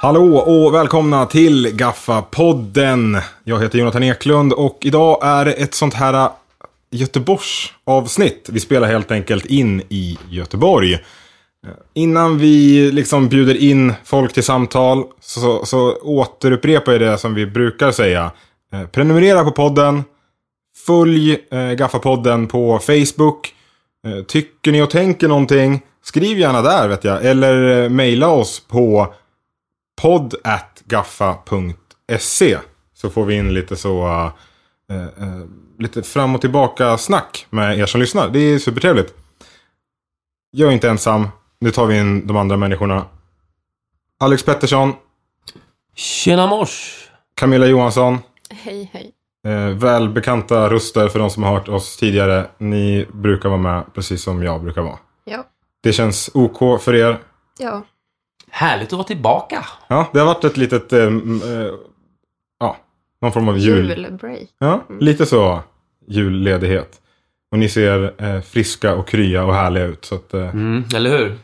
Hallå och välkomna till Gaffa-podden. Jag heter Jonathan Eklund och idag är det ett sånt här äh, Göteborgsavsnitt. Vi spelar helt enkelt in i Göteborg. Eh, Innan vi liksom bjuder in folk till samtal så, så återupprepar jag det som vi brukar säga. Eh, Prenumerera på podden. Följ eh, Gaffa-podden på Facebook. Eh, Tycker ni och tänker någonting, skriv gärna där vet jag. Eller eh, mejla oss på podd.gaffa.se så får vi in lite så eh, eh, lite fram och tillbaka snack med er som lyssnar. Det är supertrevligt. Jag är inte ensam. Nu tar vi in de andra människorna. Alex Pettersson, Tjena mors! Camilla Johansson. Hej, hej. Eh, välbekanta röster för de som har hört oss tidigare. Ni brukar vara med precis som jag brukar vara. Ja. Det känns OK för er. Ja. Härligt att vara tillbaka! Ja, det har varit ett litet... Eh, m- eh, ja, någon form av jul. Julbreak. Ja, lite så julledighet. Och ni ser eh, friska och krya och härliga ut. Så att, eh, Mm, eller hur?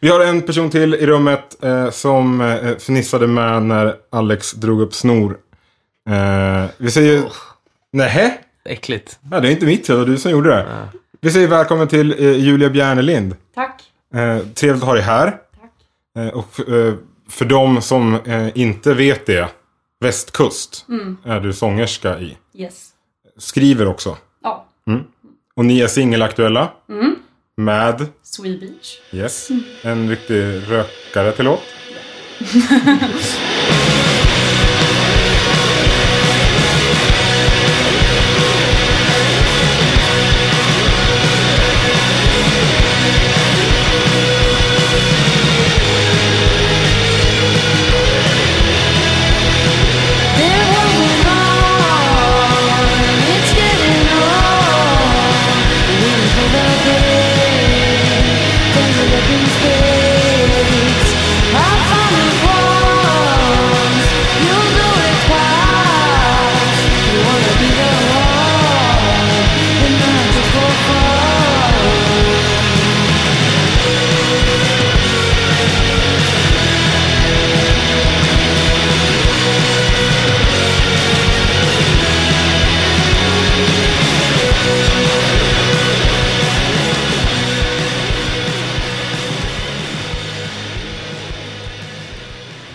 Vi har en person till i rummet eh, som eh, fnissade med när Alex drog upp snor. Eh, vi säger... Nähä? Äckligt. Nej, det är inte mitt fel, det var du som gjorde det. Vi säger välkommen till eh, Julia Bjärnelind. Tack. Eh, trevligt att ha dig här. Eh, och eh, för de som eh, inte vet det, Västkust är du sångerska i. Yes. Skriver också. Ja. Och ni är singelaktuella. Med, Swee Beach. yes, en riktig rökare till låt.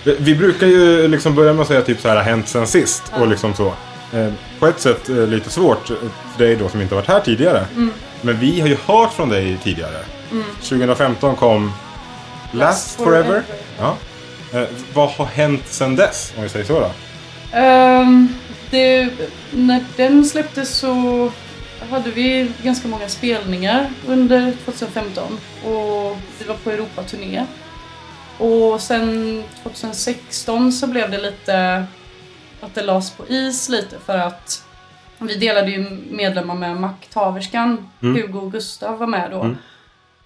Vi, vi brukar ju liksom börja med att säga typ så här hänt sen sist och liksom så. Eh, på ett sätt eh, lite svårt eh, för dig då som inte varit här tidigare. Men vi har ju hört från dig tidigare. 2015 kom Last Forever. Ja. Eh, vad har hänt sen dess om vi säger så då? Ehm, det, när den släpptes så hade vi ganska många spelningar under 2015 och vi var på Europaturné. Och sen 2016 så blev det lite att det lades på is lite för att vi delade ju medlemmar med Makthaverskan. Mm. Hugo och Gustav var med då. Mm.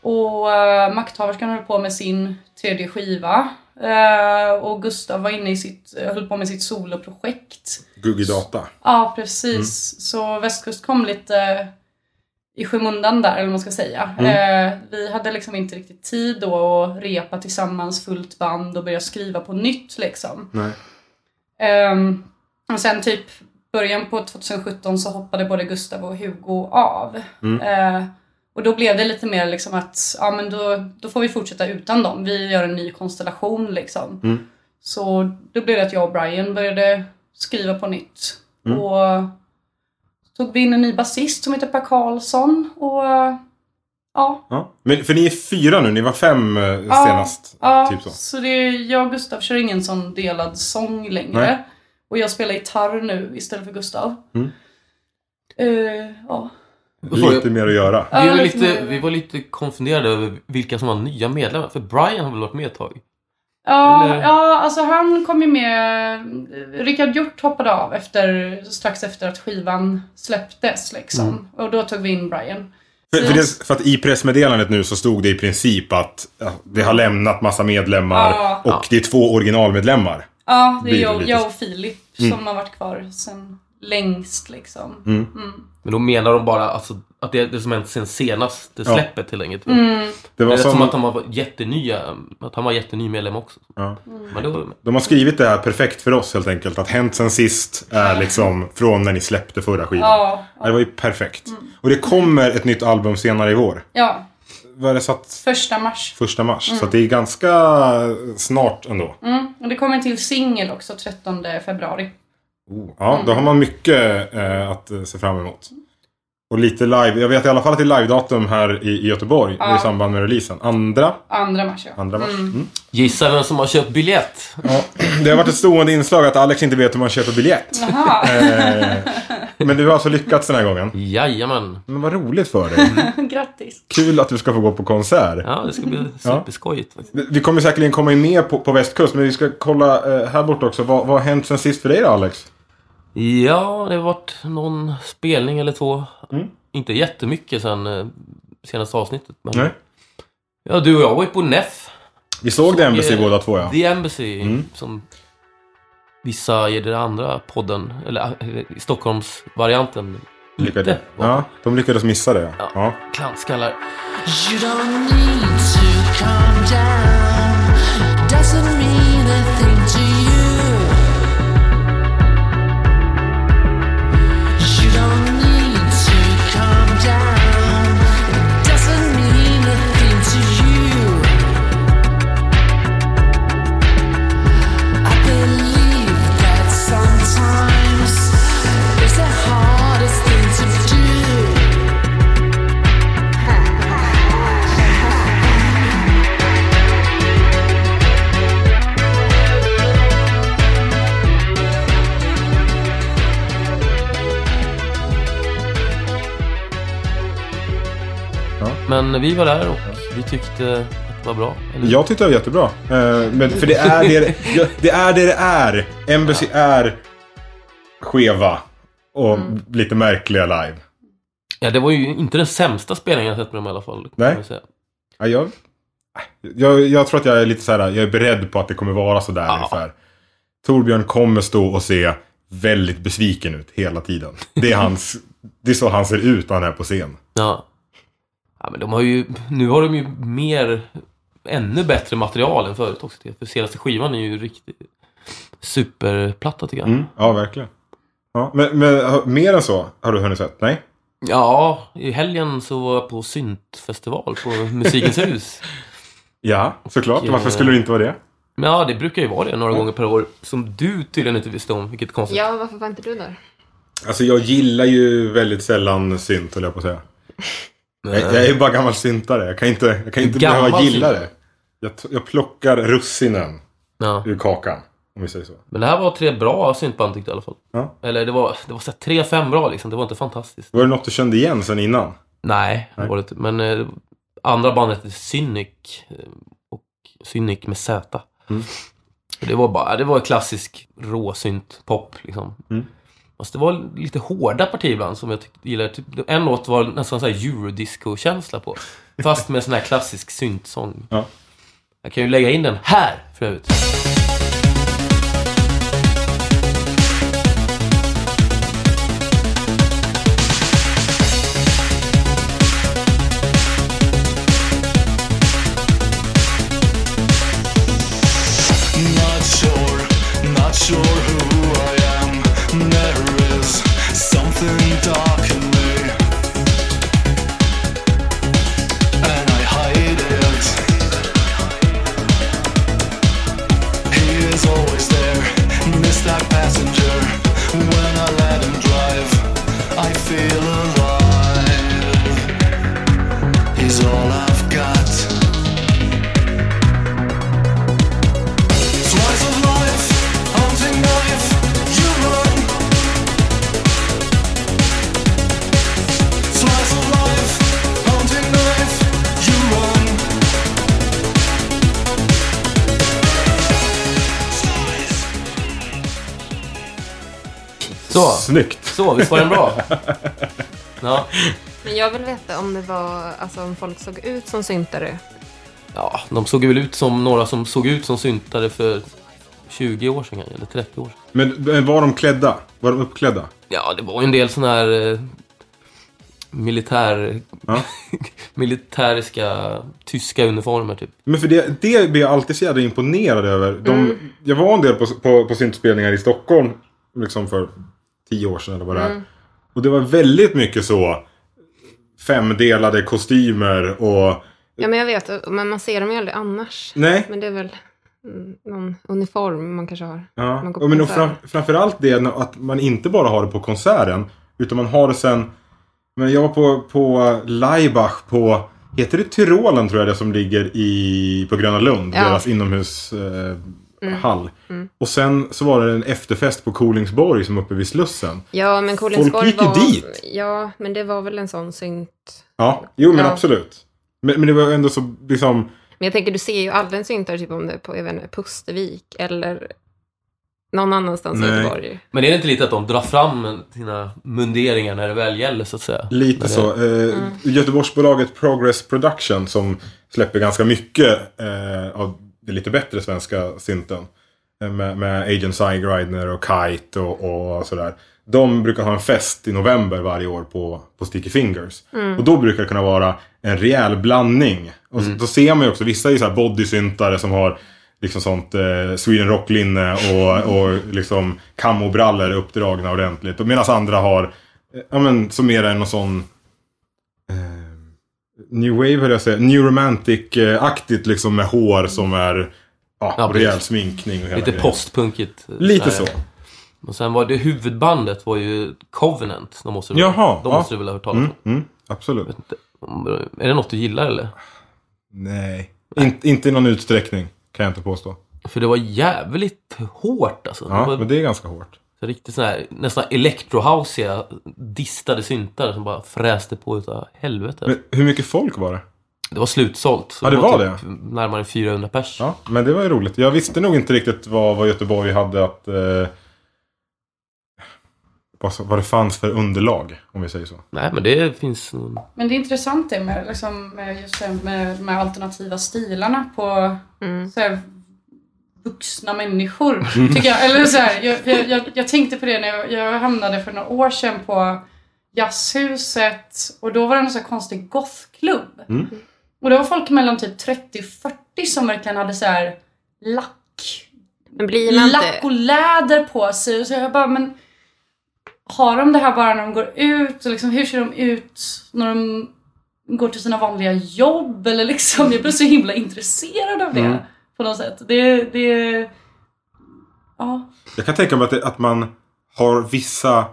Och uh, Makthaverskan höll på med sin tredje skiva. Eh, och Gustav var inne i sitt, eh, höll på med sitt soloprojekt. Googie Data. Ja, precis. Så västkust kom lite eh, i skymundan där, eller vad man ska säga. Eh, vi hade liksom inte riktigt tid då att repa tillsammans fullt band och börja skriva på nytt liksom. Nej. Ehm, och sen typ början på 2017 så hoppade både Gustav och Hugo av. Eh, och då blev det lite mer liksom att ja, men då, då får vi fortsätta utan dem. Vi gör en ny konstellation liksom. Mm. Så då blev det att jag och Brian började skriva på nytt. Och tog vi in en ny basist som heter Per Karlsson. Och ja, Ja. Men, för ni är fyra nu, ni var fem eh, Ja, senast. ja Typ så. det är, jag och Gustav kör ingen sån delad sång längre. Nej. Och jag spelar gitarr nu istället för Gustav. Mm. Eh, ja. Lite mer att göra. Vi var, Ja, lite, lite- vi var lite konfunderade över vilka som var nya medlemmar. För Brian har väl varit med ett tag? Ja, Eller- ja, alltså han kom ju med... Rickard Hjort hoppade av efter, strax efter att skivan släpptes. Liksom. Och då tog vi in Brian. Mm. För, för, det, för att i pressmeddelandet nu så stod det i princip att ja, det har lämnat massa medlemmar Ja. och det är två originalmedlemmar. Ja, det Blir är det jag, lite- jag och Filip som har varit kvar sen längst liksom. Mm. Mm. Men då menar de bara alltså, att det är det som hänt sen senaste Ja. Alltså, släppet helt enkelt. Mm. Det Det var är som, som, att han var jättenya, att han var jätteny medlem också. ja. Men då, De har skrivit det här perfekt för oss helt enkelt. Att hänt sen sist är liksom från när ni släppte förra skivan. Ja, Mm. Ja, Det var ju perfekt. Och det kommer ett nytt album senare i vår. ja, Vad är det satt? första mars. Första mars. Så att det är ganska snart ändå. Mm. Och det kommer en till singel också 13 februari. Oh, ja, då har man mycket eh, att eh, se fram emot. Och lite live. Jag vet i alla fall att det är live-datum här i, i Göteborg Ja. i samband med releasen. Andra, Andra mars ja. andra mars. Mm. gissa vem som har köpt biljett? Ja, det har varit ett stående inslag att Alex inte vet hur man köper biljett. Jaha, Eh, men du har alltså lyckats den här gången. Jajamän. Men vad roligt för dig. grattis. Kul att du ska få gå på konsert. Ja, det ska bli superskojigt. faktiskt. Vi kommer säkerligen komma in mer på, på västkust, men vi ska kolla eh, här borta också. Vad, vad har hänt sen sist för dig då, Alex? Ja, det har varit någon spelning eller två. Inte jättemycket sen eh, senaste avsnittet. Men... Nej. Ja, du och jag var ju på NEF. Vi såg det Embassy Eh, båda två, ja. Mm. The Embassy. Som vissa i den andra podden, eller eh, Stockholmsvarianten, Lyckades. Ja, de lyckades missa det. Ja. Ja. klantskallar. You don't need to calm down. Doesn't mean a thing to you. You don't need to calm down. It doesn't mean a thing to you. I believe that sometimes it's the hardest thing to do. Men vi var där och vi tyckte att det var bra. Eller? Jag tyckte det var jättebra. Eh, men, för det är det ja, det är. Det det är. Embassy är skeva och lite märkliga live. Ja, det var ju inte den sämsta spelningen jag sett med dem i alla fall. kan Nej. man säga. Ja, jag, jag, jag tror att jag är lite så här, jag är beredd på att det kommer vara så där ungefär. Torbjörn kommer stå och se väldigt besviken ut hela tiden. Det är, hans, det är så han ser ut när han är på scen. Ja. ja, men de har ju... Nu har de ju mer... Ännu bättre material än förut också. tycker jag. För senaste skivan är ju riktigt superplatta tycker jag. Ja, verkligen. Ja, men, men har- mer än så har du hunnit sett? Nej? Ja, i helgen så var jag på syntfestival på Musikens hus. Ja, såklart. Ja. Varför skulle det inte vara det? Men ja, det brukar ju vara det några gånger per år. Som du tydligen inte visste om, vilket är konstigt. Ja, varför var inte du där? Alltså jag gillar ju väldigt sällan synt, höll jag på att säga. Jag, jag är ju bara gammal syntare. Jag kan inte, jag kan inte Gammal behöva gilla syntare. det. Jag, t- jag plockar russinen Ja. ur kakan, om vi säger så. Men det här var tre bra syntband tyckte jag i alla fall. Ja. Eller det var, det var så här tre, fem bra liksom. Det var inte fantastiskt. Var det något du kände igen sen innan? Nej, det var det inte. Men eh, andra bandet hette Cynic. eh, Och Cynic med Z. Mm. Och Det var bara, det var klassisk råsynt pop liksom. Mm. Fast det var lite hårda partier ibland som jag tyckte, gillade. Typ, en låt var nästan så här eurodisco-känsla på. Fast med sån här klassisk syntsång. Ja. Jag kan ju lägga in den här för övrigt. Not sure, not sure who I am. There is something dark in me, and I hide it. He is always there, Mr. Passenger. When I let him drive, I feel alive. He's all I've got. Slice of life, hunting knife, you run. Slice of life, hunting knife, you run. Så, Snyggt! så visst var den bra? Ja. Men jag vill veta om det var, alltså om folk såg ut som syntare. ja, de såg väl ut som några som såg ut som syntare för 20 år sedan kanske, eller 30 år sedan. Men eh, var de klädda? Var de uppklädda? Ja, det var ju en del sådana här eh, militär, Ja. militäriska tyska uniformer typ. Men för det, det blir jag alltid så jävla imponerad över. De, Jag var en del på, på, på syntspelningar i Stockholm liksom för tio år sedan eller vad det är. Och det var väldigt mycket så femdelade kostymer och... Ja, men jag vet. Men man ser dem ju aldrig annars. Nej. Men det är väl mm, någon uniform man kanske har. Ja. Man går på Och men och konsert. fram, framförallt det när- att man inte bara har det på konserten. Utan man har det sen... Men jag var på, på Laibach på... Heter det Tyrolen tror jag det som ligger i, på Gröna Lund? Ja. Mm. Deras inomhushall. Eh, hall. Och sen så var det en efterfest på Kolingsborg som uppe vid Slussen. Ja, men Kolingsborg gick ju var... dit. Ja, men det var väl en sån synt... Ja, jo men Ja. absolut. Men, men det var ändå så liksom... Men jag tänker, du ser ju aldrig en syntare typ om det är på, jag vet inte, Pustervik eller någon annanstans Nej. i Göteborg. Men är det inte lite att de drar fram sina munderingar när det väl gäller så att säga? Lite När det- så. Eh, Göteborgsbolaget Progress Production som släpper ganska mycket eh, av det lite bättre svenska synten. Eh, Med, med Agent Sidegrindner och Kite och, och sådär. De brukar ha en fest i november varje år på, på Sticky Fingers. Och då brukar det kunna vara en rejäl blandning. Och så, då ser man ju också, vissa är ju såhär bodysyntare som har liksom sånt eh, Sweden Rock-linne och, och liksom kamobrallor uppdragna ordentligt. Och Medan andra har eh, Ja men som mer är någon sån eh, New Wave höll jag säga. New Romantic-aktigt liksom med hår som är ja, Ja, precis. rejäl sminkning och hela Lite grejen. postpunkigt. eh, Lite där. så. Och sen var det huvudbandet var ju Covenant. De måste du, Jaha, de ja. måste du väl ha hört talas om? Mm, mm, absolut. Om- Är det något du gillar eller? Nej. In, inte i någon utsträckning kan jag inte påstå. För det var jävligt hårt alltså. det Ja, var men det är ganska hårt. riktigt sån här, nästan electrohousiga distade syntare som bara fräste på utav helvete. Men hur mycket folk var det? Det var slutsålt. Ja, det var typ Närmare 400 pers. Ja, men det var ju roligt. Jag visste nog inte riktigt vad, vad Göteborg hade att... Eh, vad, som- vad det fanns för underlag, om vi säger så. Nej, men det finns... nog- Men det är intressant det med, liksom, med, just det här med de här alternativa stilarna på så här, vuxna människor. Mm. Tycker jag. Eller så här, jag, jag, jag, jag tänkte på det när jag, jag hamnade för några år sedan på jazzhuset och då var det en så här konstig gothklubb. Mm. Och det var folk mellan typ 30 och 40 som verkligen hade så här lack Men blir man lack inte... och läder på sig. Så jag bara, men har de det här bara när de går ut? Och liksom, hur ser de ut när de går till sina vanliga jobb? Eller liksom, jag blev så himla intresserad av det Mm. på något sätt. Det, det, ja. Jag kan tänka mig att, det, att man har vissa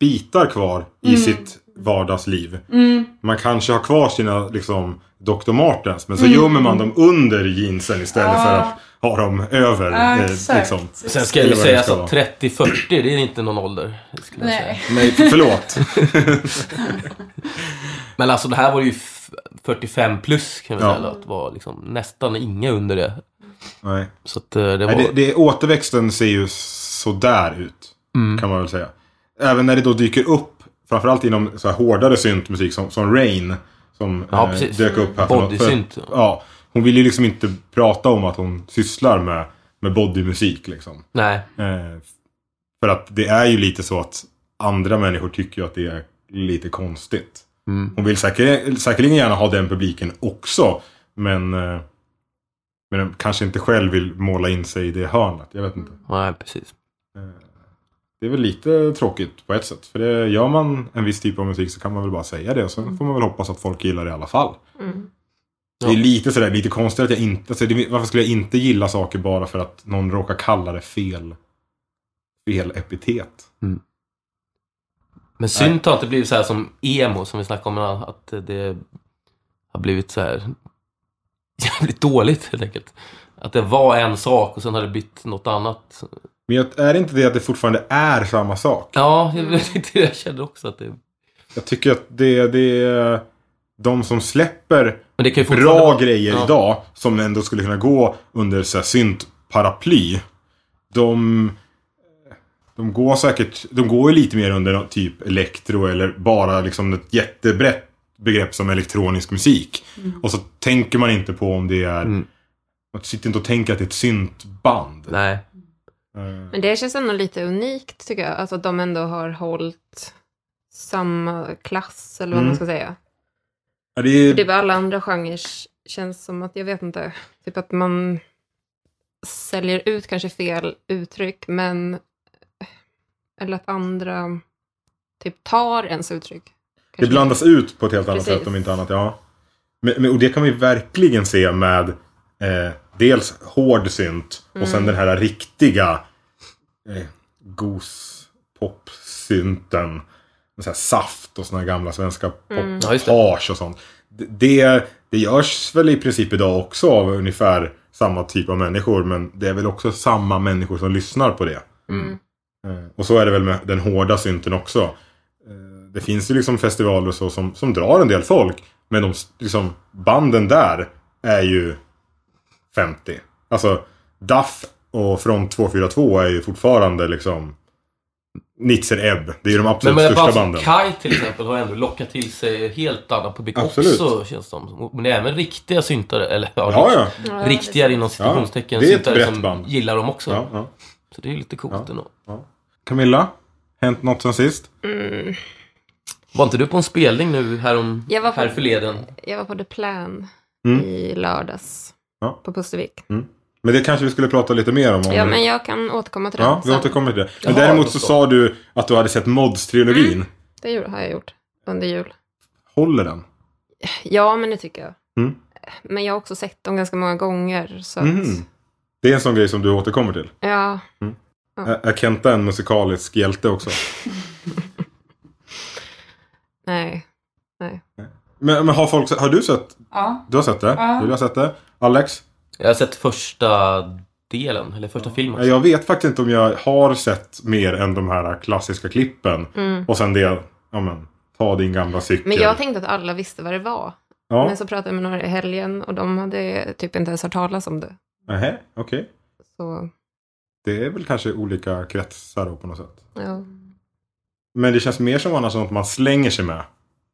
bitar kvar i Mm. sitt vardagsliv. Mm. Man kanske har kvar sina liksom, Dr. Martens men så Mm. gömmer man dem under jeansen istället Ja. för att ha dem över. Ja, eh, Ah, exakt. liksom. Sen ska jag Eller ju vad säga alltså det ska att 30-40, det är inte någon ålder. Skulle jag säga. Nej. Nej, för- förlåt. Men alltså det här var ju f- 45 plus kan vi Ja. säga. eller Att det var liksom nästan inga under det. Nej. Så att eh, det var... Nej, det, det, återväxten ser ju sådär ut. Mm. Kan man väl säga. Även när det då dyker upp, framförallt inom så här hårdare syntmusik som, som Rain. Som Ja, eh, precis. dök upp här. för något- för- Bodysynt. Ja, hon vill ju liksom inte prata om att hon sysslar med, med bodymusik liksom. Nej. Eh, för att det är ju lite så att andra människor tycker ju att det är lite konstigt. Mm. Hon vill säker, säkerligen gärna ha den publiken också. Men, eh, men de kanske inte själv vill måla in sig i det hörnet. Jag vet inte. Nej, precis. Det är väl lite tråkigt på ett sätt. För det, gör man en viss typ av musik så kan man väl bara säga det. Och sen får man väl hoppas att folk gillar det i alla fall. Mm. Det är Ja. lite sådär, lite konstigt att jag inte... Alltså det, varför skulle jag inte gilla saker bara för att någon råkar kalla det fel, fel epitet? Men synt har inte blivit så här som emo som vi snackade om innan. Att det har blivit så här jävligt dåligt helt enkelt. Att det var en sak och sen har det blivit något annat. Men jag, är det inte det att det fortfarande är samma sak? Ja, det var lite det jag kände också. Att det... Jag tycker att det, det är de som släpper Men det kan ju fortfarande bra vara- grejer Ja. idag som ändå skulle kunna gå under så här, syntparaply. De, de går säkert, de går ju lite mer under någon typ elektro eller bara liksom ett jättebrett begrepp som elektronisk musik. Och så tänker man inte på om det är, Mm. man sitter inte och tänker att det är ett syntband. Nej. Eh, Men det känns ändå lite unikt tycker jag. Alltså att de ändå har hållit samma klass eller vad Mm. man ska säga. ja, det är, För typ alla andra genrer känns som att, jag vet inte, typ att man säljer ut kanske fel uttryck men eller att andra typ tar ens uttryck. Det Kanske. blandas ut på ett helt annat Precis. sätt om inte annat, ja. Men, men, och det kan vi verkligen se med eh, dels hård synt och Mm. sen den här riktiga eh, gospop-synten. Med så här saft och såna här gamla svenska Mm. Ja, just det. poppage och sånt. Det- Det, det görs väl i princip idag också av ungefär samma typ av människor men det är väl också samma människor som lyssnar på det. Mm. Eh, Och så är det väl med den hårda synten också. Eh, Det finns ju liksom festivaler och så som, som drar en del folk. Men de, s- liksom, banden där är ju 50. Alltså Duff och Front 242 är ju fortfarande liksom Nitzer Ebb. Det är ju de Men absolut men bara största som banden. Kai till exempel har ändå lockat till sig helt annan publik Absolut. också känns det som. Men även riktiga syntare, eller Ja, ja. Ja, det- riktiga inom citationstecken det är ett syntare brett som band. gillar dem också. ja, ja. Så det är ju lite coolt Ja. ändå. Camilla, hänt något sen sist? Mm. Var inte du på en spelning nu härom, Jag var på- här förleden? typ, Jag var på The Plan Mm. i lördags Ja. på Pustervik. Men det kanske vi skulle prata lite mer om. om Ja, vi- men jag kan återkomma till det ja, vi sen. återkommer till det. Men Jaha, däremot så förstås. sa du att du hade sett Mods-trilogin. Det gjorde- har jag gjort under jul. Håller den? Ja, men det tycker jag. Mm. Men jag har också sett dem ganska många gånger. Så att, Mhm. Det är en sån grej som du återkommer till. ja, Ä- Är Kenta en musikalisk hjälte också? nej. Men, men har, folk, se- har du sett? Ja. Du har sett det? Ja. Du har sett det? Alex? Jag har sett första delen, eller första filmen. Jag vet faktiskt inte om jag har sett mer än de här klassiska klippen. Mm. Och sen det, ja men, ta din gamla cykel. Men jag tänkte att alla visste vad det var. Ja, Men så pratade jag med några i helgen och de hade typ inte ens hört talas om det. Nähä, okej. Så, Det är väl kanske olika kretsar då på något sätt. ja. Men det känns mer som annars sånt man slänger sig med.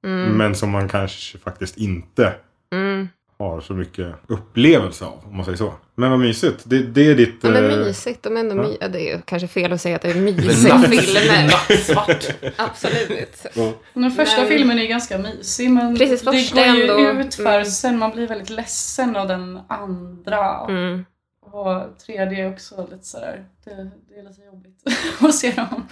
Mm. Men som man kanske faktiskt inte Mm. har så mycket upplevelse av, om man säger så. Men vad mysigt. Det, det är ditt... Ja, men eh, mysigt. De är ändå my- ja, det är ju kanske fel att säga att det är mysiga Men natt- filmer. Nattsvart. Absolut. vad- Den första Nej. filmen är ganska mysig men Precis, det första går ju ändå. utför Mm. sen. Man blir väldigt ledsen av den andra. Mm. Och tredje är också lite sådär. Det, det är lite jobbigt att se dem.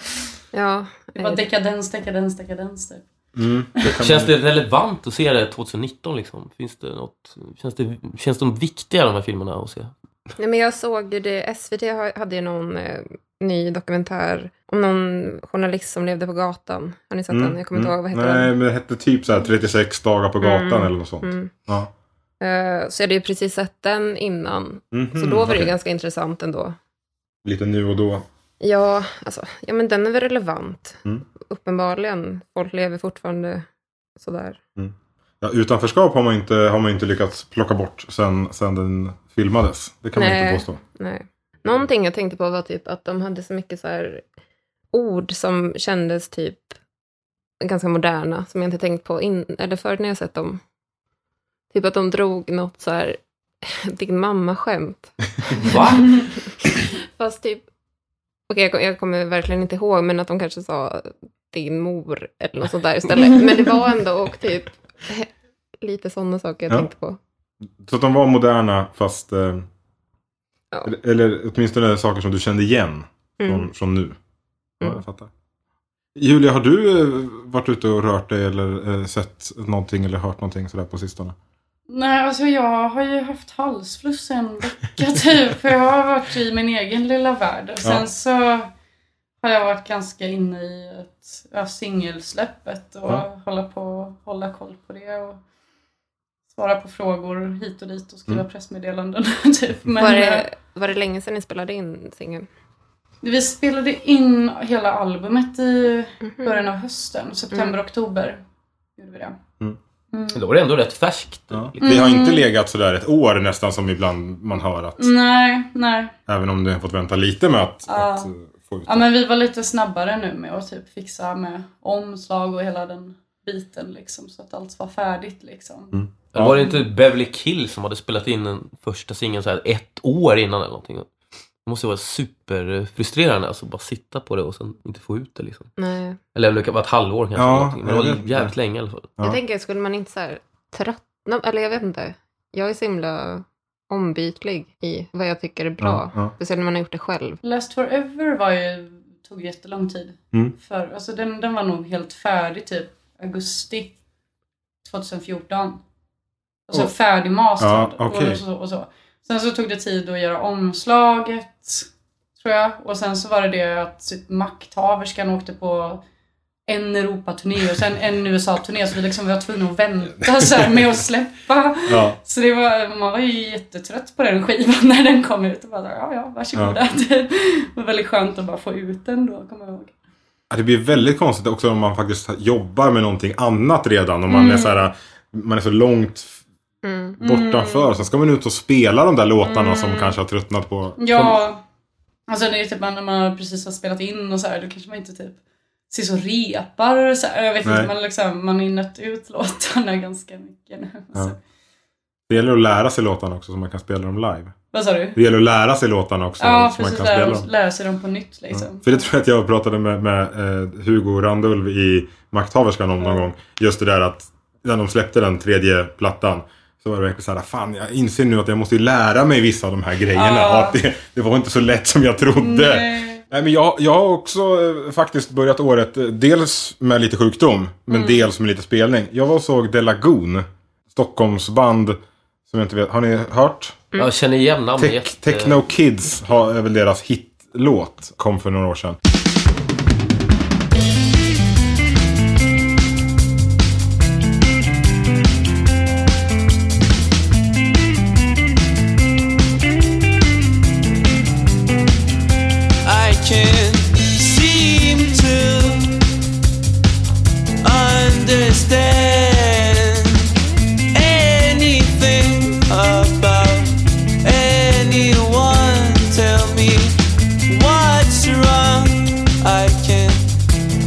Ja. Det är bara eh, dekadens, dekadens, dekadens typ. Mm, det kan Känns man- det relevant att se det 2019 liksom? Finns det något, känns, det, känns de viktiga de här filmerna att se? Nej, men jag såg ju det, SVT har- hade ju någon eh, ny dokumentär om någon journalist som levde på gatan. Har ni sett den? Jag kommer inte ihåg vad hette Mm. Nej, den. men det hette typ så här 36 dagar på gatan Mm, eller något sånt. Mm. Ja. Eh, så jag hade ju precis sett den innan. Mhm, Så då var det okej. ju ganska intressant ändå. Lite nu och då. Ja, alltså, ja men den är väl relevant. Mm. Uppenbarligen. Folk lever fortfarande sådär. Ja, utanförskap har man inte, har man inte lyckats plocka bort sen, sen den filmades. Det kan man Nej. inte påstå. Nej. Någonting jag tänkte på var typ att de hade så mycket så här ord som kändes typ ganska moderna, som jag inte tänkt på in, eller förut när jag sett dem. Typ att de drog något så här din mamma-skämt. Va? Fast typ, okej jag, kom- jag kommer verkligen inte ihåg, men att de kanske sa din mor eller något sånt där istället. Men det var ändå och typ lite sådana saker jag Ja. tänkte på. Så att de var moderna fast... Eh, Ja. eller- Eller åtminstone saker som du kände igen från, Mm. från nu. Ja, Mm. jag fattar. Julia, har du eh, varit ute och rört dig eller eh, sett någonting eller hört någonting sådär på sistone? Nej, alltså jag har ju haft halsfluss en vecka typ. För jag har varit i min egen lilla värld. Och sen Ja. så har jag varit ganska inne i ett, ja, singelsläppet och Ja. hålla, på, hålla koll på det. Och svara på frågor hit och dit och skriva Mm. pressmeddelanden. typ. Men, Var eh, det, var det länge sedan ni spelade in singeln? Vi spelade in hela albumet i början av hösten. September, oktober gjorde vi det. Mm. Då var det ändå rätt färskt. Ja. Liksom. Det har inte Mm. legat sådär ett år nästan som ibland man hör att Nej, nej. Även om du har fått vänta lite med att, Ja. att eh, få ut Ja men vi var lite snabbare nu med att typ fixa med omslag och hela den biten liksom så att allt var färdigt liksom. Mm. Ja. Var det inte Beverly Kill som hade spelat in den första singeln så här ett år innan eller någonting? Det måste ju vara superfrustrerande alltså, bara sitta på det och sen inte få ut det liksom. Nej. Eller det kan vara ett halvår kanske. Ja, Ja, men det jag var vet inte. jävligt länge i alla fall. Ja. Jag tänker, skulle man inte så här tröttna? Eller jag vet inte. Jag är så himla ombytlig i vad jag tycker är bra. Ja, ja. Speciellt när man har gjort det själv. Last Forever var ju, tog jättelång tid. Mm. För, alltså den, den var nog helt färdig typ augusti 2014. Och så Oh. färdig master Ja, okej. och, så, och så. Sen så tog det tid att göra omslaget. Tror jag. Och sen så var det det att typ makthaverskan åkte på en Europaturné och sen en USA-turné. Så vi liksom var tvungna att vänta så här med att släppa. Ja. Så det var, man var ju jättetrött på den skivan när den kom ut. Och bara, ja, ja, varsågoda. Det var väldigt skönt att bara få ut den då, kommer jag ihåg. Ja, Det blir väldigt konstigt också om man faktiskt jobbar med någonting annat redan. Om man, Mm. är, så här, man är så långt Mm. bortanför. Sen ska man ut och spela de där låtarna som Mm. kanske har tröttnat på. Ja, alltså det är typ när man precis har spelat in och så här, då kanske man inte typ ser så repar så här. Jag vet Nej. inte, man, liksom, man har ju nött ut låtarna ganska mycket nu. Ja. Så, Det gäller att lära sig låtarna också så man kan spela dem live. vad sa du? Det gäller att lära sig låtarna också Ja, så man precis. kan spela Lära, dem. lära sig dem på nytt liksom. För det tror jag att jag pratade med, med eh, Hugo Randulv i Makthaverskan om någon gång. Just det där att när de släppte den tredje plattan så var det verkligen så här, fan jag inser nu att jag måste ju lära mig vissa av de här grejerna. Ja. Och att det, det var inte så lätt som jag trodde. Nej. Nej, men jag, jag har också eh, faktiskt börjat året eh, dels med lite sjukdom, men Mm. dels med lite spelning. Jag var och såg De Lagoon, Stockholmsband som jag inte vet, har ni hört? Mm. Jag känner igen namnet. Tech, jätte- Techno Kids har, är väl deras hitlåt, kom för några år sedan. I can't seem to understand anything about anyone. Tell me what's wrong. I can't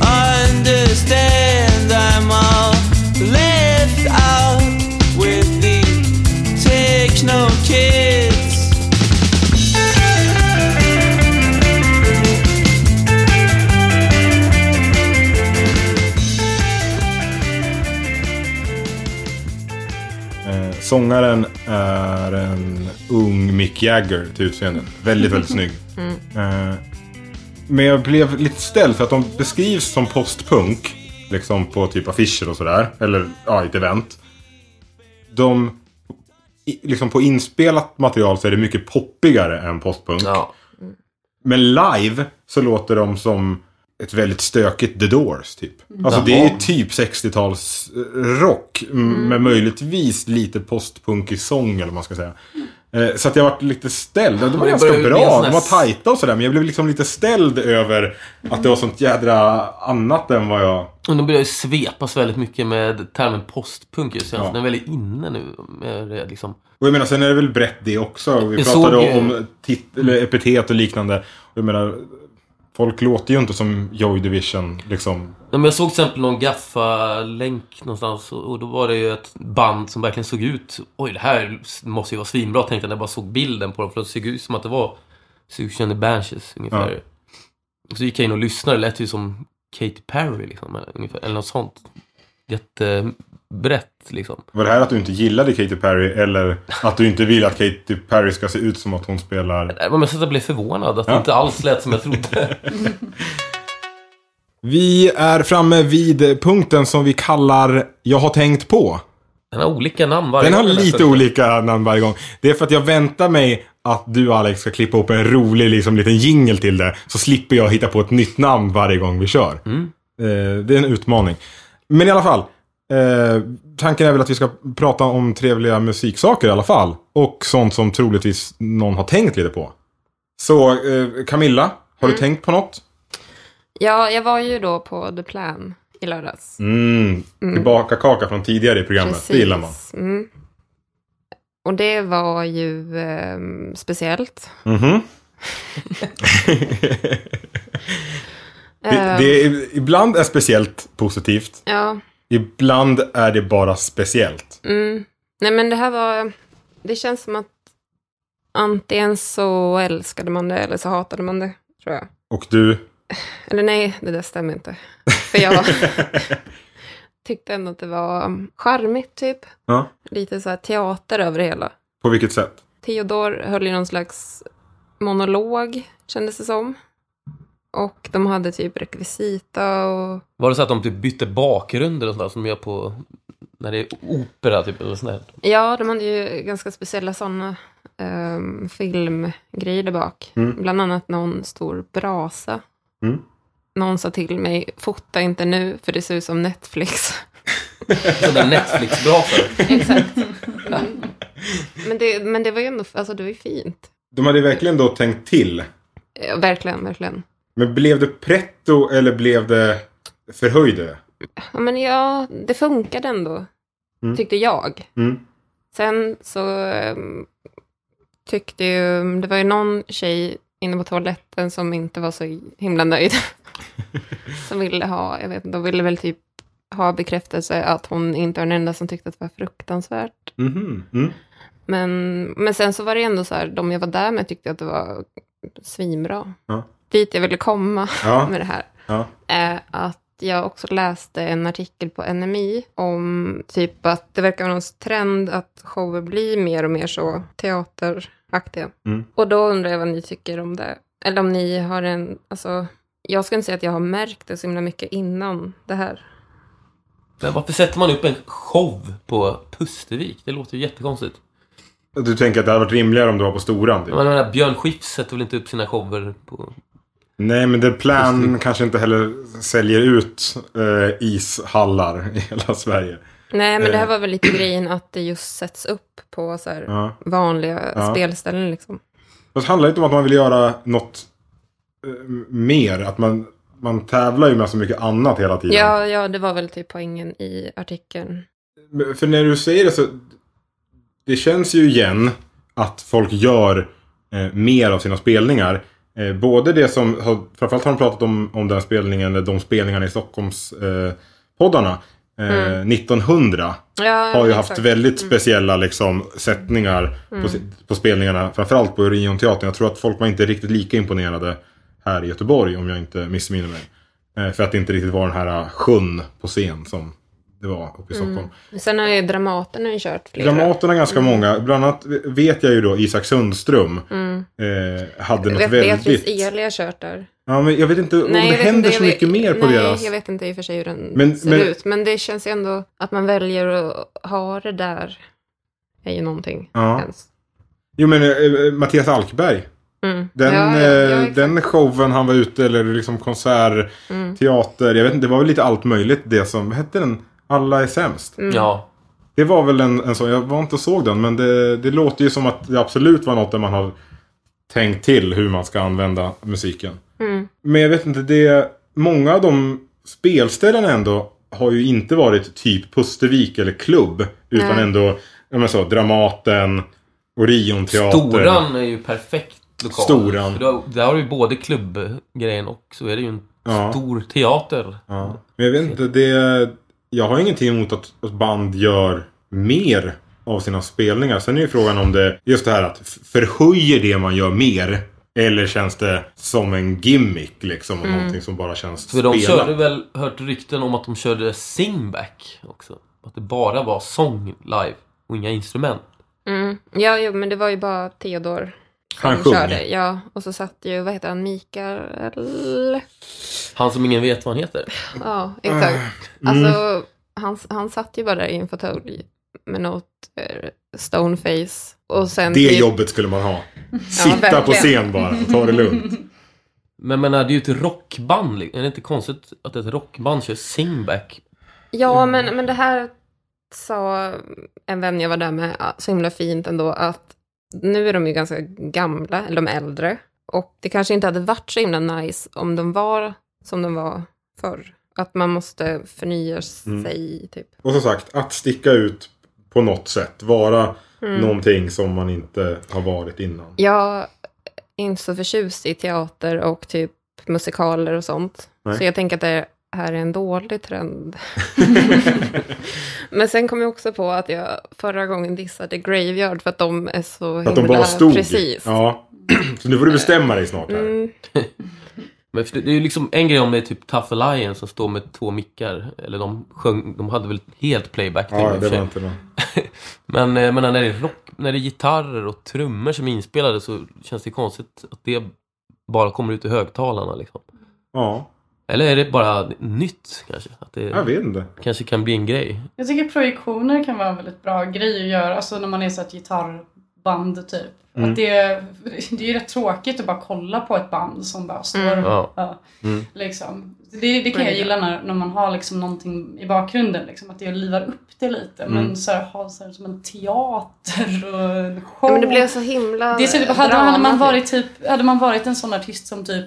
understand. I'm all left out with the techno kids. Eh, sångaren är en ung Mick Jagger till utseendet. Väldigt, väldigt snygg. Eh, men jag blev lite ställd för att de beskrivs som postpunk. Liksom på typ affischer och sådär. Eller ja, i ett event. De, i, liksom på inspelat material så är det mycket poppigare än postpunk. Ja. Men live så låter de som ett väldigt stökigt The Doors typ. Alltså Mm. Jaha. Mm. det är ju typ 60-tals eh, rock. m- Med möjligtvis lite postpunkig sång eller vad man ska säga. Eh, Så att jag varit lite ställd. De var det ganska börjar ju bli en bra. sån här De var s- tajta och sådär. Men jag blev liksom lite ställd över att det var sånt jädra annat än vad jag... Och de börjar ju svepas väldigt mycket med termen postpunk just nu. Alltså, Ja. Den är väldigt inne nu. Med det, liksom. Och jag menar, sen är det väl brett det också. Vi Jag pratade såg ju- om tit- eller epitet och liknande. Och Jag menar, folk låter ju inte som Joy Division liksom. Nej, men jag såg till exempel någon gaffa-länk någonstans och och då var det ju ett band som verkligen såg ut... Oj, det här s- måste ju vara svinbra tänkte jag när jag bara såg bilden på dem. För det såg ut som att det var Sushi and the Banshees ungefär. Så gick jag in och lyssnade. Det lät ju som Katy Perry liksom, eller ungefär, eller något sånt. Jättebrett liksom. Var det här att du inte gillade Katy Perry eller att du inte vill att Katy Perry ska se ut som att hon spelar? Nej, Men jag satt och blev förvånad att det Ja. inte alls lät som jag trodde. Vi är framme vid punkten som vi kallar Jag har tänkt på. Den har olika namn varje Den har gång lite nästan. olika namn varje gång. Det är för att jag väntar mig att du Alex ska klippa ihop en rolig liksom, liten jingle till det. Så slipper jag hitta på ett nytt namn varje gång vi kör. Eh, det är en utmaning. Men i alla fall. Eh, tanken är väl att vi ska prata om trevliga musiksaker i alla fall. Och sånt som troligtvis någon har tänkt lite på. Så eh, Camilla, har du tänkt på något? Ja, jag var ju då på The Plan i lördags. Mm. Tillbaka kaka från tidigare i programmet. Det gillar man. Mm. Och det var ju ehm, speciellt. Mhm. Det, Ehm, det är, ibland är speciellt positivt. Ja, Ibland är det bara speciellt. mm. Nej men det här var, det känns som att antingen så älskade man det eller så hatade man det, tror jag. Och du? Eller nej, det där stämmer inte. För jag tyckte ändå att det var charmigt, typ. ja. Lite så här teater över det hela. På vilket sätt? Theodor höll ju någon slags monolog, kändes det som. Och de hade typ rekvisita och... Var det så att de typ bytte bakgrunder och sånt där som de gör på när det är opera typ eller sånt där? Ja, de hade ju ganska speciella sådana ehm, filmgrejer där bak. Mm. Bland annat någon stor brasa. Mm. Någon sa till mig, fota inte nu för det ser ut som Netflix. Sån där Netflix-brasor. Exakt. Mm. Men, det, men det var ju ändå, alltså det var ju fint. De hade verkligen då tänkt till. Ja, verkligen, verkligen. Men blev det pretto eller blev det förhöjde? Ja, men ja, det funkade ändå, Mm. tyckte jag. Mm. Sen så ehm, tyckte ju, det var ju någon tjej inne på toaletten som inte var så himla nöjd. som ville ha, jag vet inte, de ville väl typ ha bekräftelse att hon inte var den enda som tyckte att det var fruktansvärt. Mhm. Mm. Men, men sen så var det ändå så här, de jag var där med tyckte att det var svinbra. Ja. Dit jag ville komma Ja. med det här ja. är att jag också läste en artikel på NMI om typ att det verkar vara någon trend att shower blir mer och mer så teateraktiga. Mm. Och då undrar jag vad ni tycker om det. Eller om ni har en, alltså, jag skulle inte säga att jag har märkt det så himla mycket innan det här. Men varför sätter man upp en show på Pustervik? Det låter ju jättekonstigt. Du tänker att det hade varit rimligare om du var på Storan? Typ. Men Jag menar, Björn Skifs sätter väl inte upp sina shower på... Nej, men The Plan kanske inte heller säljer ut eh, ishallar i hela Sverige. Nej, men det här Eh. var väl lite grejen att det just sätts upp på så här Ja. vanliga Ja. spelställen liksom. Fast handlar det inte om att man vill göra något eh, mer? Att man, man tävlar ju med så mycket annat hela tiden. Ja, ja, det var väl typ poängen i artikeln. Men- För när du säger det så... Det känns ju igen att folk gör eh, mer av sina spelningar. Eh, både det som... Har, framförallt har de pratat om, om den spelningen, eller de spelningarna i Stockholms eh, poddarna. Eh, 1900 Ja, har ju exakt. Mm. haft väldigt speciella liksom, sättningar på, si- på spelningarna. Framförallt på Orionteatern. Jag tror att folk var inte riktigt lika imponerade här i Göteborg om jag inte missminner mig. Eh, för att det inte riktigt var den här eh, sjön på scen som det var uppe i Mm. Stockholm. Sen har ju Dramaten har ju kört flera. Dramaterna ganska Mm. många. Bland annat vet jag ju då Isak Sundström. Eh, hade något Mm. vet, väldigt... Beatrice Eli har kört där. Ja, men jag vet inte om Nej, jag det vet händer inte, så jag mycket vet, mer på nej, deras... jag vet inte i och för sig hur den Men- ser men- ut. Men det känns ju ändå att man väljer att ha det där är ju någonting. Ja. Ens. Jo, men eh, eh, Mattias Alkberg. Mm. Den, ja, ja, ja, eh, exakt. den showen han var ute, eller liksom konsert, Mm. teater. Jag vet inte, det var väl lite allt möjligt. Det som, vad hette den? Alla är sämst. Mm. Ja. Det var väl en, en sån, jag var inte och såg den, men det, det låter ju som att det absolut var något där man har tänkt till hur man ska använda musiken. Mm. Men jag vet inte, det... Många av de spelställena ändå har ju inte varit typ Pustervik eller klubb. Utan Nej. ändå, ja men så, Dramaten, Orionteatern. Storan är ju perfekt lokal. Storan. För då- Där har du ju både klubbgrejen och så är det ju en Ja. stor teater. Ja. Men jag vet inte, det... Jag har ingenting emot att, att band gör mer av sina spelningar. Sen är ju frågan om det, just det här att f- förhöjer det man gör mer. Eller känns det som en gimmick liksom? och Någonting som bara känns För de spelat? körde väl, hört rykten om att de körde singback också. Att det bara var sång live och inga instrument. Mm. ja, jo, men det var ju bara Theodor som Han sjöng. körde. Ja, och så satt ju, vad heter han, Mikael? Han som ingen vet vad han heter. Ja, exakt. Ah, mm. Alltså, han, han satt ju bara där i en fåtölj med något eh, stoneface. Och sen Det typ- jobbet skulle man ha. Sitta på verkligen. scen bara, ta det lugnt. Men man hade ju ett rockband. li- Är det inte konstigt att ett rockband kör singback? Ja, men, men det här sa en vän jag var där med ah, så himla fint ändå att nu är de ju ganska gamla, eller de är äldre. Och det kanske inte hade varit så himla nice om de var som de var förr. Att man måste förnya sig, typ. Och som sagt, att sticka ut på något sätt. Vara någonting som man inte har varit innan. Jag är inte så förtjust i teater och typ musikaler och sånt. Nej. Så jag tänker att det här är en dålig trend. Men sen kom jag också på att jag förra gången dissade Graveyard för att de är så Att de bara himla- stod. Precis. Ja. Så nu får du bestämma dig snart här. Mm, Men för det det är ju liksom en grej om det är typ Tough Alliance som står med två mickar. Eller de sjöng, de hade väl helt playback till Ja, och med det för var sig. inte någon. Men, eh, men när det är rock, när det är gitarrer och trummor som är inspelade så känns det konstigt att det bara kommer ut i högtalarna liksom. Ja, Eller är det bara nytt kanske? Att det jag vet inte. kanske kan bli en grej. Jag tycker projektioner kan vara en väldigt bra grej att göra, alltså när man är så ett gitarrband typ. Mm. Att det, det är ju rätt tråkigt att bara kolla på ett band som bara står Mm. Ja. Ja, Mm. liksom. det, det kan jag gilla när, när man har liksom någonting i bakgrunden, liksom, att det livar upp det lite. Mm. Men så här, ha så här, som en teater och en show. Ja, men det blev så himla Det är så, typ, hade, hade, drama, man typ. varit typ, hade man varit en sån artist som typ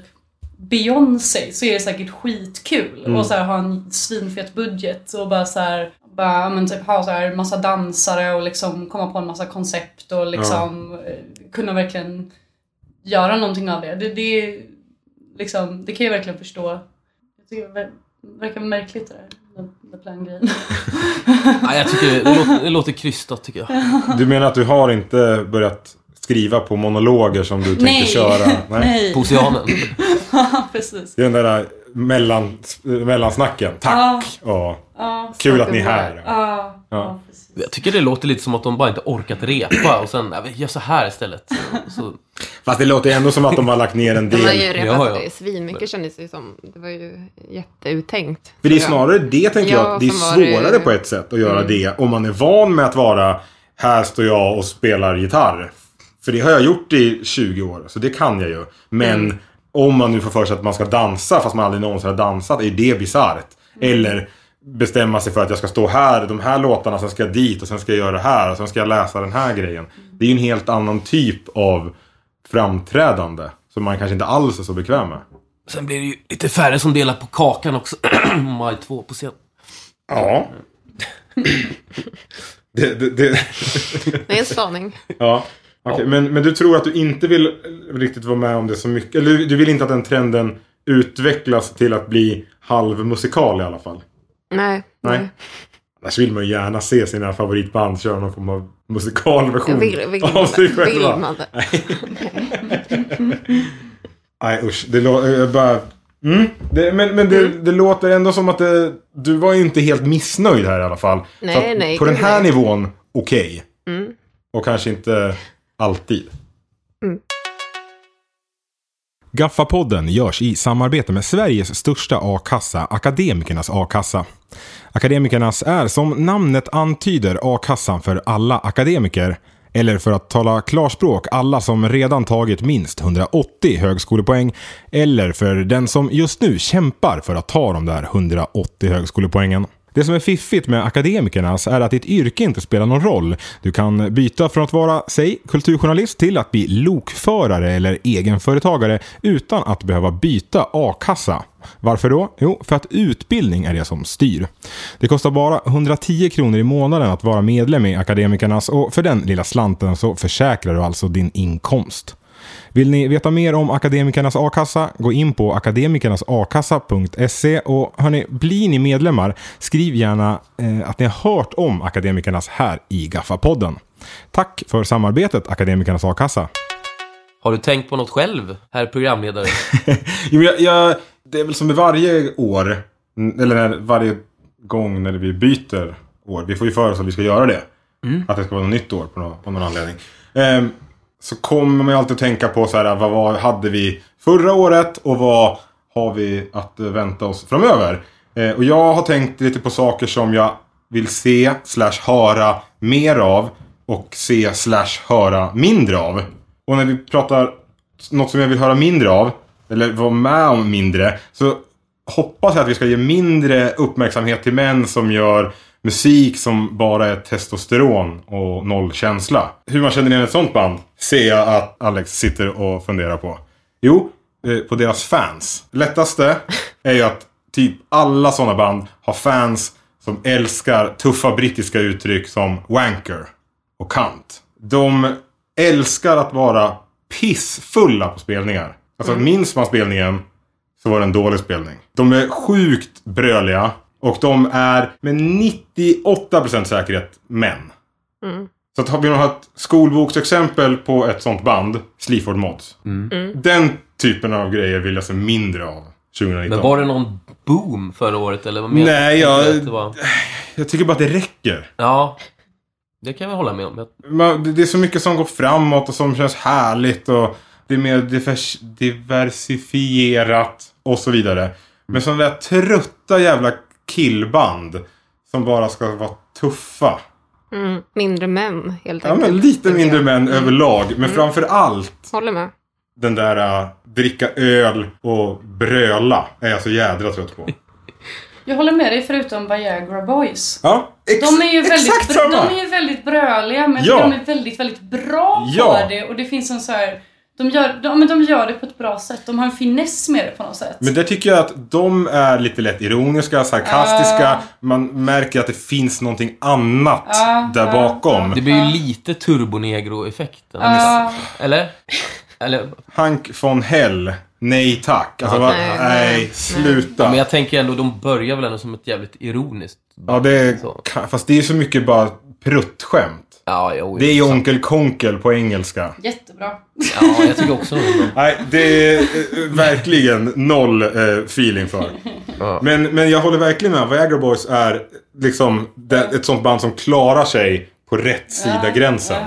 Beyoncé så är det säkert skitkul Mm. och så här, ha en svinfet budget och bara så här, bara, men typ, ha så här, massa dansare och liksom komma på en massa koncept och liksom eh, kunna verkligen göra någonting av det. Det, det, är liksom, det kan jag verkligen förstå. Jag tycker det ver- verkar märkligt det där. den- den Plan-grejen. Nej, jag tycker det låter, det låter krystat tycker jag. Du menar att du har inte börjat skriva på monologer som du tänkte köra? Nej. På Oceanen. Precis. Det är den där eh, mellan, eh, mellansnacken. Tack! Ja. Ja, Kul att ni är här. Ja. ja, ja, precis. Jag tycker det låter lite som att de bara inte orkat repa och sen, nej, men gör så här istället. Så, Fast det låter ändå som att de har lagt ner en De har del. ju repat Ja, ja. det svinmycket kändes det ju som. Det var ju jätteuttänkt. För det är Ja. snarare det, tänker Ja, jag, att det är som var det- Mm. svårare på ett sätt att göra det om man är van med att vara här står jag och spelar gitarr. För det har jag gjort i 20 år, så det kan jag ju. Men Mm. om man nu får för sig att man ska dansa fast man aldrig någonsin har dansat, är det bisarrt. Mm. Eller bestämma sig för att jag ska stå här, de här låtarna, sen ska jag dit och sen ska jag göra det här och sen ska jag läsa den här Mm. grejen. Det är ju en helt annan typ av framträdande som man kanske inte alls är så bekväm med. sen blir det ju lite färre som delar på kakan också. Maj 2 på scen. Ja. det, det, det, Det är en spaning. ja. Okej, men, men du tror att du inte vill riktigt vara med om det så mycket. Eller du, du vill inte att den trenden utvecklas till att bli halvmusikal i alla fall. Nej. Nej. Annars vill man ju gärna se sina favoritband köra någon form av musikalversion Vill, vill, av sig vill, själva. vill man det? Nej usch, det låter bara... Mm. Det, men men det, Mm. det låter ändå som att det, du var ju inte helt missnöjd här i alla fall. Nej, Så att nej, På gud, den här nej. nivån, okej. Mm. Och kanske inte alltid. Mm. Gaffapodden görs i samarbete med Sveriges största a-kassa, Akademikernas a-kassa. Akademikernas är som namnet antyder a-kassan för alla akademiker. Eller för att tala klarspråk, alla som redan tagit minst 180 högskolepoäng. Eller för den som just nu kämpar för att ta de där 180 högskolepoängen. Det som är fiffigt med akademikernas är att ditt yrke inte spelar någon roll. Du kan byta från att vara, säg, kulturjournalist till att bli lokförare eller egenföretagare utan att behöva byta a-kassa. Varför då? Jo, för att utbildning är det som styr. Det kostar bara 110 kronor i månaden att vara medlem i Akademikernas och för den lilla slanten så försäkrar du alltså din inkomst. Vill ni veta mer om Akademikernas a-kassa? Gå in på akademikernasakassa.se och hörni, blir ni medlemmar, skriv gärna eh, att ni har hört om Akademikernas här i Gaffapodden. Tack för samarbetet Akademikernas a-kassa. Har du tänkt på något själv, herr programledare? Jo, men jag, jag, det är väl som med varje år, n- eller när, varje gång när vi byter år. Vi får ju för oss att vi ska göra det. Att det ska vara något nytt år på någon, av någon anledning. Ehm, så kommer man ju alltid att tänka på så här, vad var, hade vi förra året och vad har vi att eh, vänta oss framöver? Eh, och jag har tänkt lite på saker som jag vill se slash höra mer av och se slash höra mindre av. Och när vi pratar något som jag vill höra mindre av, eller vara med om mindre, så hoppas jag att vi ska ge mindre uppmärksamhet till män som gör musik som bara är testosteron och noll känsla. Hur man känner igen ett sånt band ser jag att Alex sitter och funderar på. Jo, eh, på deras fans. Lättaste är ju att typ alla sådana band har fans som älskar tuffa brittiska uttryck som wanker och kant. De älskar att vara pissfulla på spelningar. Alltså minns man spelningen så var det en dålig spelning. De är sjukt bröliga och de är med 98% säkerhet män. Mm. Så att har vi något skolboksexempel på ett sånt band, Sleaford Mods. Den typen av grejer vill jag se mindre av 2019. Men var det någon boom förra året eller vad menar du? Nej, jag, Det var... jag tycker bara att det räcker. Ja, det kan jag hålla med om. Jag- Man, det- det är så mycket som går framåt och som känns härligt och det är mer divers, diversifierat och så vidare. Men sådana där trötta jävla killband som bara ska vara tuffa. Mm. Mindre män, helt Ja, enkelt. men lite Tycker mindre jag. män Mm. överlag, men framför allt Håller med. den där äh, dricka öl och bröla är jag så jädra trött på. Jag håller med dig förutom Viagra Boys. Ja, ex- De är ju exakt väldigt, br- samma! de är ju väldigt bröliga men Ja. de är väldigt, väldigt bra Ja. på det och det finns en så här... De gör, de, men de gör det på ett bra sätt. De har en finess med det på något sätt. Men där tycker jag att de är lite lätt ironiska, sarkastiska. Ah. Man märker att det finns någonting annat Ah, där ah, bakom. Det blir ju Ja. lite turbonegro-effekten. Ja. Eller? Eller? Hank von Hell, nej tack. Alltså, va, nej, Nej, nej, nej. sluta. Men jag tänker ändå, de börjar väl ändå som ett jävligt ironiskt... Ja, det är, Så. ka- fast det är ju så mycket bara pruttskämt. Ja, jo, Det är ju onkel Konkel på engelska. Jättebra. Ja, jag tycker också det. är bra. Nej, det är eh, verkligen noll eh, feeling för. Ja. Men, men jag håller verkligen med. Viagra Boys är liksom det, ett sånt band som klarar sig på rätt sida gränsen.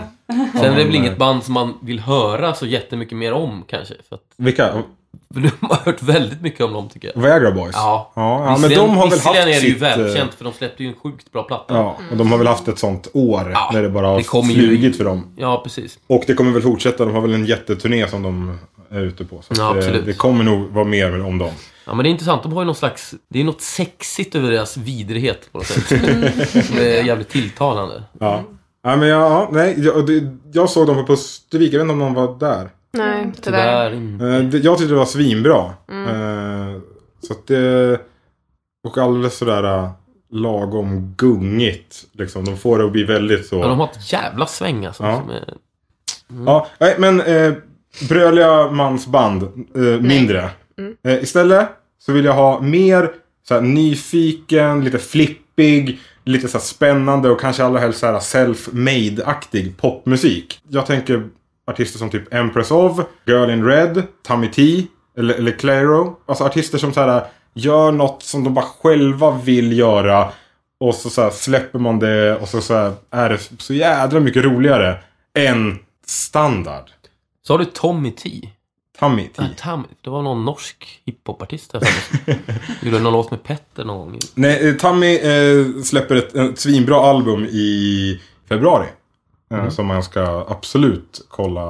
Sen är det väl inget band som man vill höra så jättemycket mer om kanske. För att Vilka? för de har hört väldigt mycket om dem tycker jag. Viagra Boys? Ja. Ja, ja men Visserligen- de har väl haft visserligen är det ju sitt, eh, välkänt för de släppte ju en sjukt bra platta. Ja, Ja, och de har väl haft ett sånt år Ja, när det bara det har kommer ju- flugit för dem. precis. Och det kommer väl fortsätta. De har väl en jätteturné som de är ute på. Så Ja, att, eh, absolut. det kommer nog vara mer om dem. Ja, men det är intressant. De har ju någon slags... Det är något sexigt över deras vidrighet på något sätt. Som är jävligt tilltalande. Ja. Ja, men jag, ja, nej, jag, det- jag såg dem på Pustervik. Jag vet inte om någon var där. Nej, tyvärr. Tyvärr. in- Eh, det- Jag tyckte det var svinbra. Eh, Så att det... Och alldeles sådär eh, lagom gungigt. Liksom. De får det att bli väldigt så... Men de har ett jävla sväng alltså. Ja. Som är... Ja, nej, men eh, bröliga mansband. Eh, mindre. Eh, istället så vill jag ha mer så här, nyfiken, lite flippig, lite så här, spännande och kanske allra helst så här, self-made-aktig popmusik. Jag tänker artister som typ Empress of, Girl in Red, Tammy T eller, eller Clairo. Alltså artister som så här, gör något som de bara själva vill göra. Och så, så här, släpper man det och så, så här, är det så jädra mycket roligare än standard. Så har du Tommy T. Tammy T. Ja, Tam, det var någon norsk hiphopartist här som gjorde någon låt med Petter någon gång. Nej, eh, Tammy eh, släpper ett, ett svinbra album i februari. eh, Som man ska absolut kolla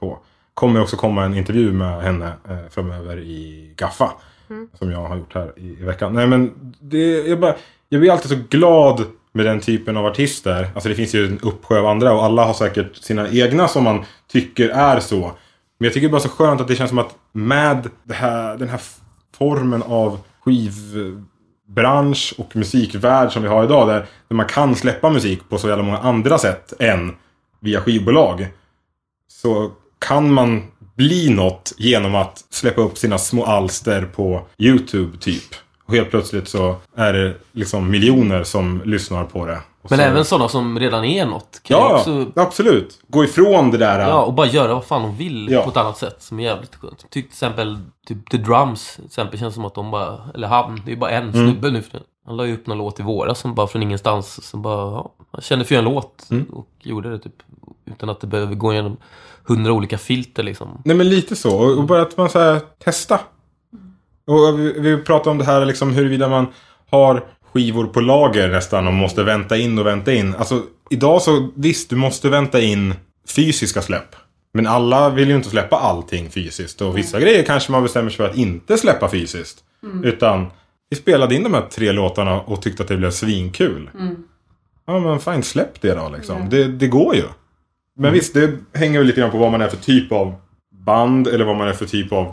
på. Kommer också komma en intervju med henne eh, framöver i Gaffa. Som jag har gjort här i, i veckan. Nej men, det, jag, bara, jag blir alltid så glad med den typen av artister. Alltså det finns ju en uppsjö av andra och alla har säkert sina egna som man tycker är så. Men jag tycker bara så skönt att det känns som att med det här, den här formen av skivbransch och musikvärld som vi har idag. Där, där man kan släppa musik på så jävla många andra sätt än via skivbolag. Så kan man bli något genom att släppa upp sina små alster på YouTube typ. Och helt plötsligt så är det liksom miljoner som lyssnar på det. Och Men så, även sådana som redan är något kan ju Ja, också... absolut. Gå ifrån det där. Ja, och bara göra vad fan de vill Ja. på ett annat sätt som är jävligt skönt. Tyck till exempel typ The Drums, till exempel känns som att de bara, eller han, det är bara Mm. en snubbe nu för tiden. Han la ju upp någon låt i våras som bara från ingenstans, som bara, ja, han kände för att göra en låt Mm. och gjorde det typ. Utan att det behöver gå igenom hundra olika filter liksom. Nej men lite så. Och och bara att man så här, testa. Och vi, vi pratade om det här liksom huruvida man har skivor på lager nästan och måste vänta in och vänta in. Alltså idag så visst, du måste vänta in fysiska släpp. Men alla vill ju inte släppa allting fysiskt och vissa grejer kanske man bestämmer sig för att inte släppa fysiskt. Utan vi spelade in de här tre låtarna och tyckte att det blev svinkul. Ja men fine, släpp det då liksom. Det, det går ju. Men Mm. visst, det hänger väl lite grann på vad man är för typ av band eller vad man är för typ av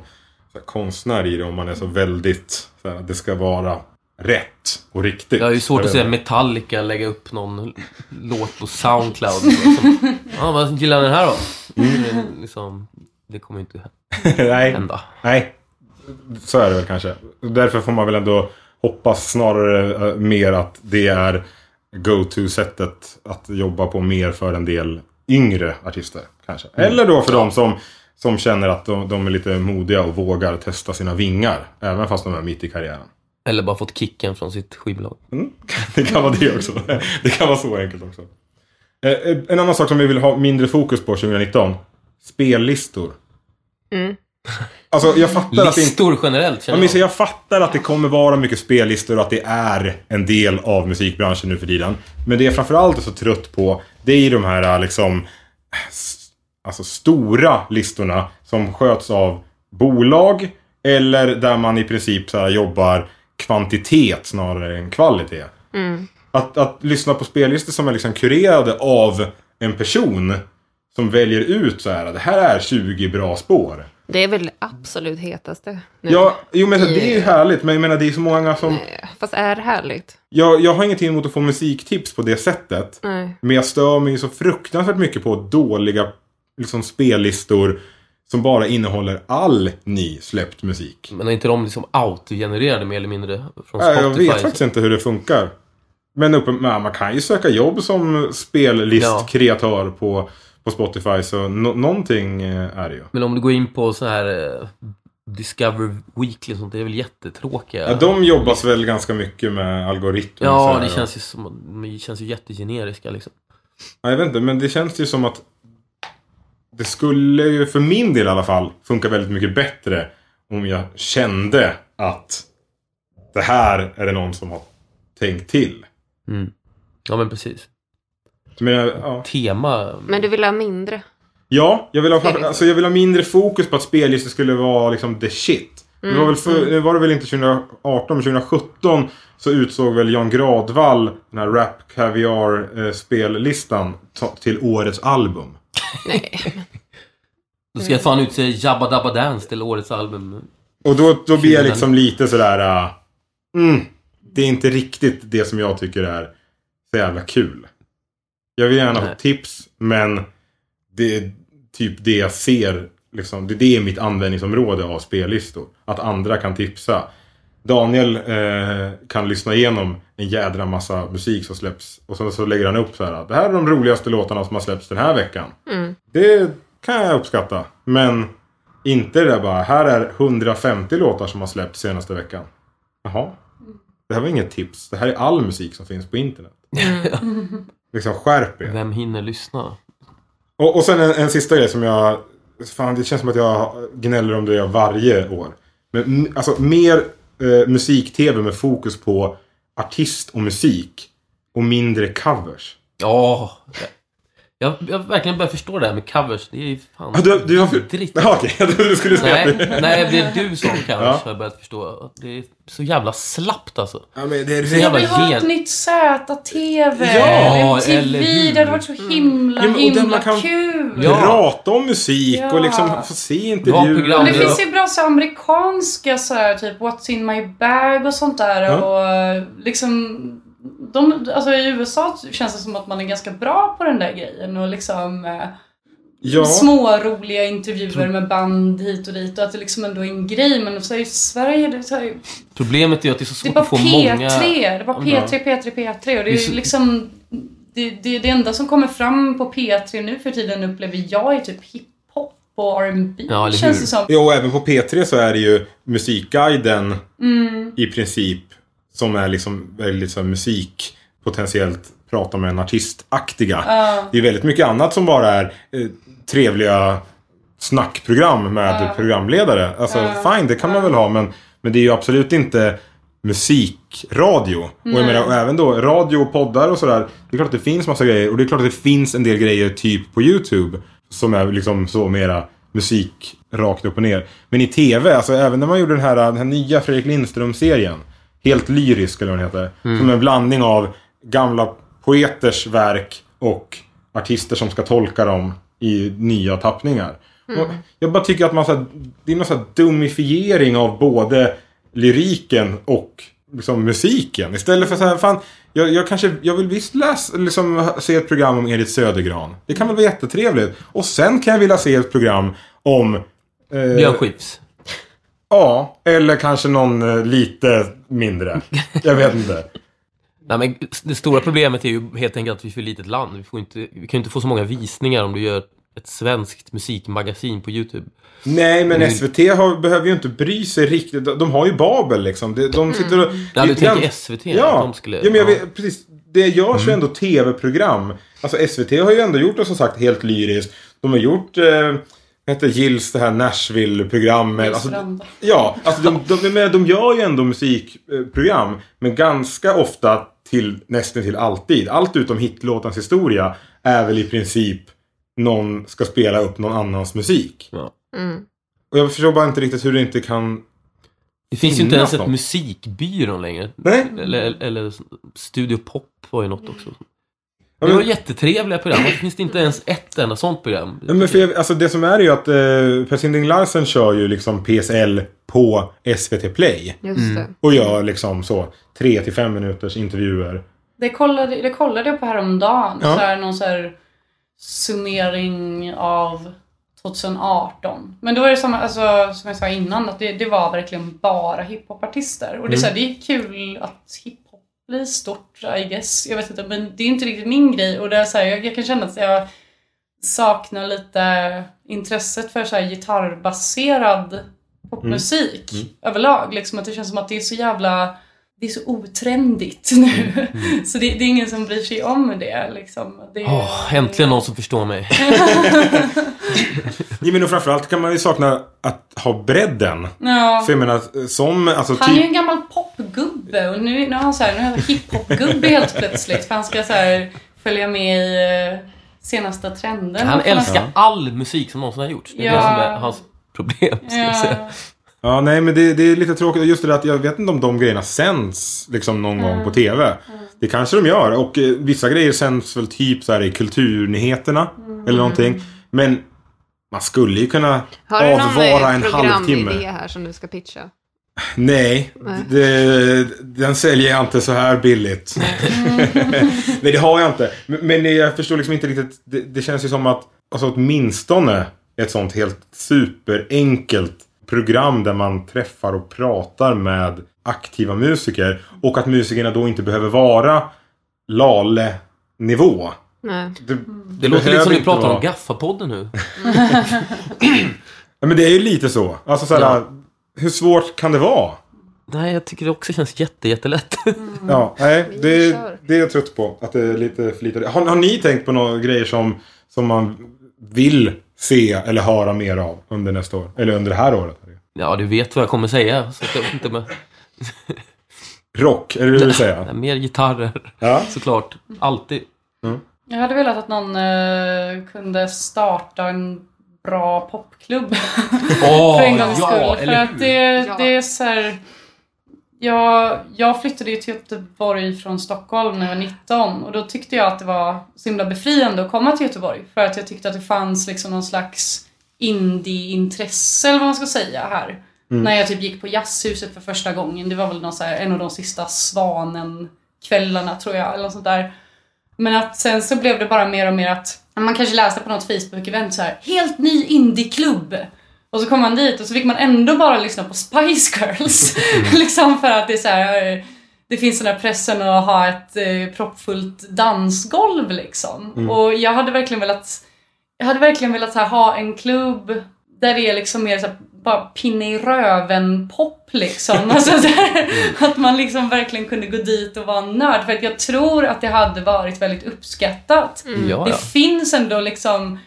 så här, konstnär i det. Om man är så väldigt, så här, det ska vara rätt och riktigt. Jag har ju svårt att vet se inte. Metallica lägga upp någon låt på Soundcloud. Liksom. Ja, vad Mm. gillar ni den här då? Det, är liksom, det kommer ju inte Nej, hända. nej. Så är det väl kanske. Därför får man väl ändå hoppas snarare eh, mer att det är go-to-sättet att jobba på mer för en del yngre artister. Kanske. Eller då för de som, som känner att de, de är lite modiga och vågar testa sina vingar. Även fast de är mitt i karriären. Eller bara fått kicken från sitt skivbolag. Det kan vara det också. Det kan vara så enkelt också. Eh, eh, En annan sak som vi vill ha mindre fokus på 2019. Spellistor. Mm. Alltså jag fattar att det inte... Listor generellt Ja, känner men, så jag. jag fattar att det kommer vara mycket spellistor och att det är en del av musikbranschen nu för tiden. Men det jag framförallt är så trött på, det är ju de här liksom s- alltså stora listorna som sköts av bolag eller där man i princip så här jobbar kvantitet snarare än kvalitet. Mm. Att, att lyssna på spellistor som är liksom kurerade av en person som väljer ut så här, det här är 20 bra spår. Det är väl det absolut hetaste nu. Ja, jo men alltså, det är ju härligt, men jag menar det är så många som... Fast är det härligt? Jag, jag har ingenting emot att få musiktips på det sättet. Nej. Men jag stör mig ju så fruktansvärt mycket på dåliga liksom, spellistor som bara innehåller all ny släppt musik. Men är inte de liksom autogenererade mer eller mindre från Äh, Spotify? jag vet faktiskt inte hur det funkar. Men uppen, men man kan ju söka jobb som spellist-kreatör på, på Spotify. Så nå- någonting eh, är det ju. Men om du går in på så här eh, Discover Weekly och sånt, det är väl jättetråkiga. Ja, de jobbas väl ganska mycket med algoritmer. och Ja, sådär. det känns ju, som, det känns ju jättegeneriska liksom. Ja, Jag vet inte, men det känns ju som att det skulle ju för min del i alla fall funka väldigt mycket bättre om jag kände att det här är det någon som har tänkt till. Ja, men precis. Men, jag- ja. Tema. Men du vill ha mindre? ja, jag vill, ha, alltså, jag vill ha mindre fokus på att spellistor skulle vara liksom the shit. Det var, väl för, det var det väl inte 2018, men 2017 så utsåg väl Jan Gradvall den här Rap Caviar eh, spellistan ta- till årets album. Då ska jag fan utse Jabba Dabba Dance till årets album. Och då, då blir jag liksom lite sådär... Uh, mm, det är inte riktigt det som jag tycker är så jävla kul. Jag vill gärna ha Nej. tips, men det är typ det jag ser. Liksom, det, det är mitt användningsområde av spellistor. Att andra kan tipsa. Daniel eh, kan lyssna igenom en jädra massa musik som släpps. Och sen så lägger han upp så här. Det här är de roligaste låtarna som har släppts den här veckan. Det kan jag uppskatta. Men inte det där bara. Här är 150 låtar som har släppts senaste veckan. Jaha. Det här var inget tips. Det här är all musik som finns på internet. liksom skärp er. Vem hinner lyssna? Och, och sen en, en sista grej som jag... Fan, det känns som att jag gnäller om det varje år. Men m- alltså mer eh, musik-tv med fokus på artist och musik. Och mindre covers. Ja. Jag, jag verkligen börjar förstå det här med covers. Det är ju fan Ja, Du, du har... vidrigt. Ja, okej. Jag trodde du skulle säga att Nej, det. nej, det är du som covers Ja. har jag börjat förstå. Det är så jävla slappt alltså. Ja, men det är Så jävla Jag vill ha ett gen- nytt Z-TV, Ja, eller MTV, hur? det hade varit så himla, Mm. Ja, men- och där himla man kan- kul. Ja. Prata om musik och Ja. liksom få se Bra intervjuer. program. Men det finns ju bra så amerikanska så här, typ What's in my bag och sånt där. Ja. Och eh, liksom, de, alltså I USA känns det som att man är ganska bra på den där grejen. Och liksom eh, Ja. små roliga intervjuer med band hit och dit. Och att det liksom ändå är en grej. Men så här, i Sverige, det är, så här, Problemet är ju att det är så det svårt är bara att få P3. många... Eh. Det är bara P3, P3, P3. Och det Det är är så- ju liksom... Det, det, det enda som kommer fram på P3 nu för tiden upplever jag är typ hiphop och R&B Ja, eller känns hur? det som. Ja, och även på P3 så är det ju Musikguiden i princip som är liksom väldigt så här musik potentiellt prata med en artistaktiga. Det är väldigt mycket annat som bara är eh, trevliga snackprogram med programledare. Alltså fine, det kan man väl ha men, men det är ju absolut inte musikradio. Och jag menar, och även då radio och poddar och sådär. Det är klart att det finns massa grejer och det är klart att det finns en del grejer typ på YouTube. Som är liksom så mera musik rakt upp och ner. Men i TV, alltså även när man gjorde den här, den här nya Fredrik Lindström-serien. Helt lyrisk eller vad den heter. Som en blandning av gamla poeters verk och artister som ska tolka dem i nya tappningar. Och jag bara tycker att man så här, det är någon så här dumifiering av både lyriken och liksom musiken. Istället för så här, fan, jag, jag kanske, jag vill visst läsa, liksom, se ett program om Edith Södergran. Det kan väl vara jättetrevligt. Och sen kan jag vilja se ett program om... eh, Björn Skifs. Ja, eller kanske någon eh, lite mindre. Jag vet inte. Nej, men det stora problemet är ju helt enkelt att vi är för litet land. Vi, får inte, vi kan ju inte få så många visningar om du gör ett svenskt musikmagasin på YouTube. Nej, men Mm. SVT har, behöver ju inte bry sig riktigt. De, de har ju Babel liksom. De, de sitter och... Ja, det du är tänker grann- SVT? Ja, Att de skulle, Mm. ja men jag vet, precis. Det görs ju ändå tv-program. Alltså SVT har ju ändå gjort det som sagt helt lyriskt. De har gjort, eh, vad heter Gills det här Nashville-programmet. Alltså, Gills ja, alltså de, de, jag menar, de gör ju ändå musikprogram. Men ganska ofta till nästan till alltid. Allt utom hitlåtens historia är väl i princip någon ska spela upp någon annans musik. Mm. Och jag förstår bara inte riktigt hur det inte kan... Det finns ju inte Finnas ens ett något. musikbyrån längre. Nej. Eller, eller Studio Pop var ju Mm. något också. Ja, Det var men, jättetrevliga program. Varför finns det inte ens ett enda sånt program? ja, men för jag, alltså det som är är ju att eh, Per Sinding Larsen kör ju liksom PSL på SVT Play. Just Mm. det. Och gör liksom så tre till fem minuters intervjuer. Det kollade, det kollade jag på häromdagen. Ja. Så här, någon så här summering av 2018. Men då var det samma, alltså, som jag sa innan, att det, det var verkligen bara hiphopartister. Och det, är så här, det är kul att hiphop blir stort, I guess. Jag vet inte, men det är inte riktigt min grej. Och det är så här, jag, jag kan känna att jag saknar lite intresset för så här gitarrbaserad popmusik Mm. överlag. Liksom att det känns som att det är så jävla det är så otrendigt nu. Mm. Så det, det är ingen som bryr sig om det. Liksom. det är, Åh, äntligen någon som förstår mig. Ja, men och framförallt kan man ju sakna att ha bredden. Ja. För jag menar, eh, som alltså Han är ju typ... en gammal popgubbe och nu, nu är han så här, nu är han hiphopgubbe helt plötsligt. För han ska så här, följa med i eh, senaste trenden. Han Vad fan- älskar all musik som någonsin har gjorts. Det är Ja. det som är hans problem, ska jag säga. Ja. Ja, nej men det, det är lite tråkigt. Just det där att jag vet inte om de grejerna sänds liksom någon gång på TV. Mm. Det kanske de gör. Och eh, vissa grejer sänds väl typ så här i kulturnyheterna. Mm. Eller någonting. Men man skulle ju kunna Har du någon avvara en eh, halvtimme. programidé här som du ska pitcha? Nej, Nej. Det, den säljer jag inte så här billigt. Nej, det har jag inte. Men, men jag förstår liksom inte riktigt. Det, det känns ju som att alltså, åtminstone ett sånt helt superenkelt program där man träffar och pratar med aktiva musiker och att musikerna då inte behöver vara Lale-nivå. Nej. Det, Det låter behöver lite som du inte pratar vara- om Gaffapodden nu. Ja, men det är ju lite så. Alltså så här, Ja. hur svårt kan det vara? Nej, jag tycker det också känns jätte, jättelätt. Mm. Ja, nej, Vi det, kör. det är jag trött på. Att det är lite för lite. Har, har ni tänkt på några grejer som, som man vill se eller höra mer av under nästa år? Eller under det här året? Ja, du vet vad jag kommer säga. Så att jag vet inte med... Rock, är det det du vill säga? Nej, mer gitarrer, Ja. såklart. Alltid. Jag hade velat att någon eh, kunde starta en bra popklubb. Åh, för en gångs ja, skull. För eller att det, Ja. det är så här, jag, jag flyttade ju till Göteborg från Stockholm när jag var 19 och då tyckte jag att det var så himla befriande att komma till Göteborg. För att jag tyckte att det fanns liksom någon slags indie-intresse eller vad man ska säga här. När jag typ gick på jazzhuset för första gången. Det var väl någon så här, en av de sista Svanen-kvällarna tror jag. Eller något sånt där. Men att sen så blev det bara mer och mer att man kanske läste på något Facebook-event så här helt ny indieklubb. Och så kom man dit och så fick man ändå bara lyssna på Spice Girls. liksom för att det är så här, eh, det finns den där pressen att ha ett eh, proppfullt dansgolv liksom. Och jag hade verkligen velat jag hade verkligen velat så här, ha en klubb där det är liksom mer så här, bara pinne i röven pop liksom. Alltså, så här, att man liksom verkligen kunde gå dit och vara en nörd. För att jag tror att det hade varit väldigt uppskattat. Ja, Det ja. finns ändå liksom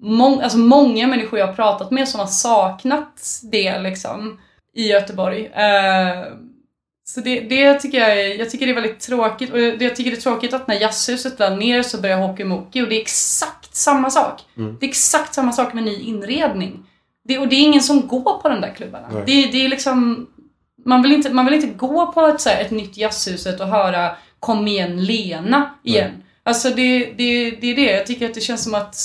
mång, alltså många människor jag har pratat med som har saknat det liksom i Göteborg. Eh, så det, det tycker jag, är, jag tycker det är väldigt tråkigt. Och jag, det- jag tycker det är tråkigt att när jazzhuset lade ner så började Hockeymoki och det är exakt samma sak. Mm. Det är exakt samma sak med ny inredning. Det, och det är ingen som går på de där klubbarna. Nej. Det, det är liksom... Man vill inte, man vill inte gå på ett, så här, ett nytt jazzhuset och höra Kom igen Lena igen. Alltså det, det, det är det. Jag tycker att det känns som att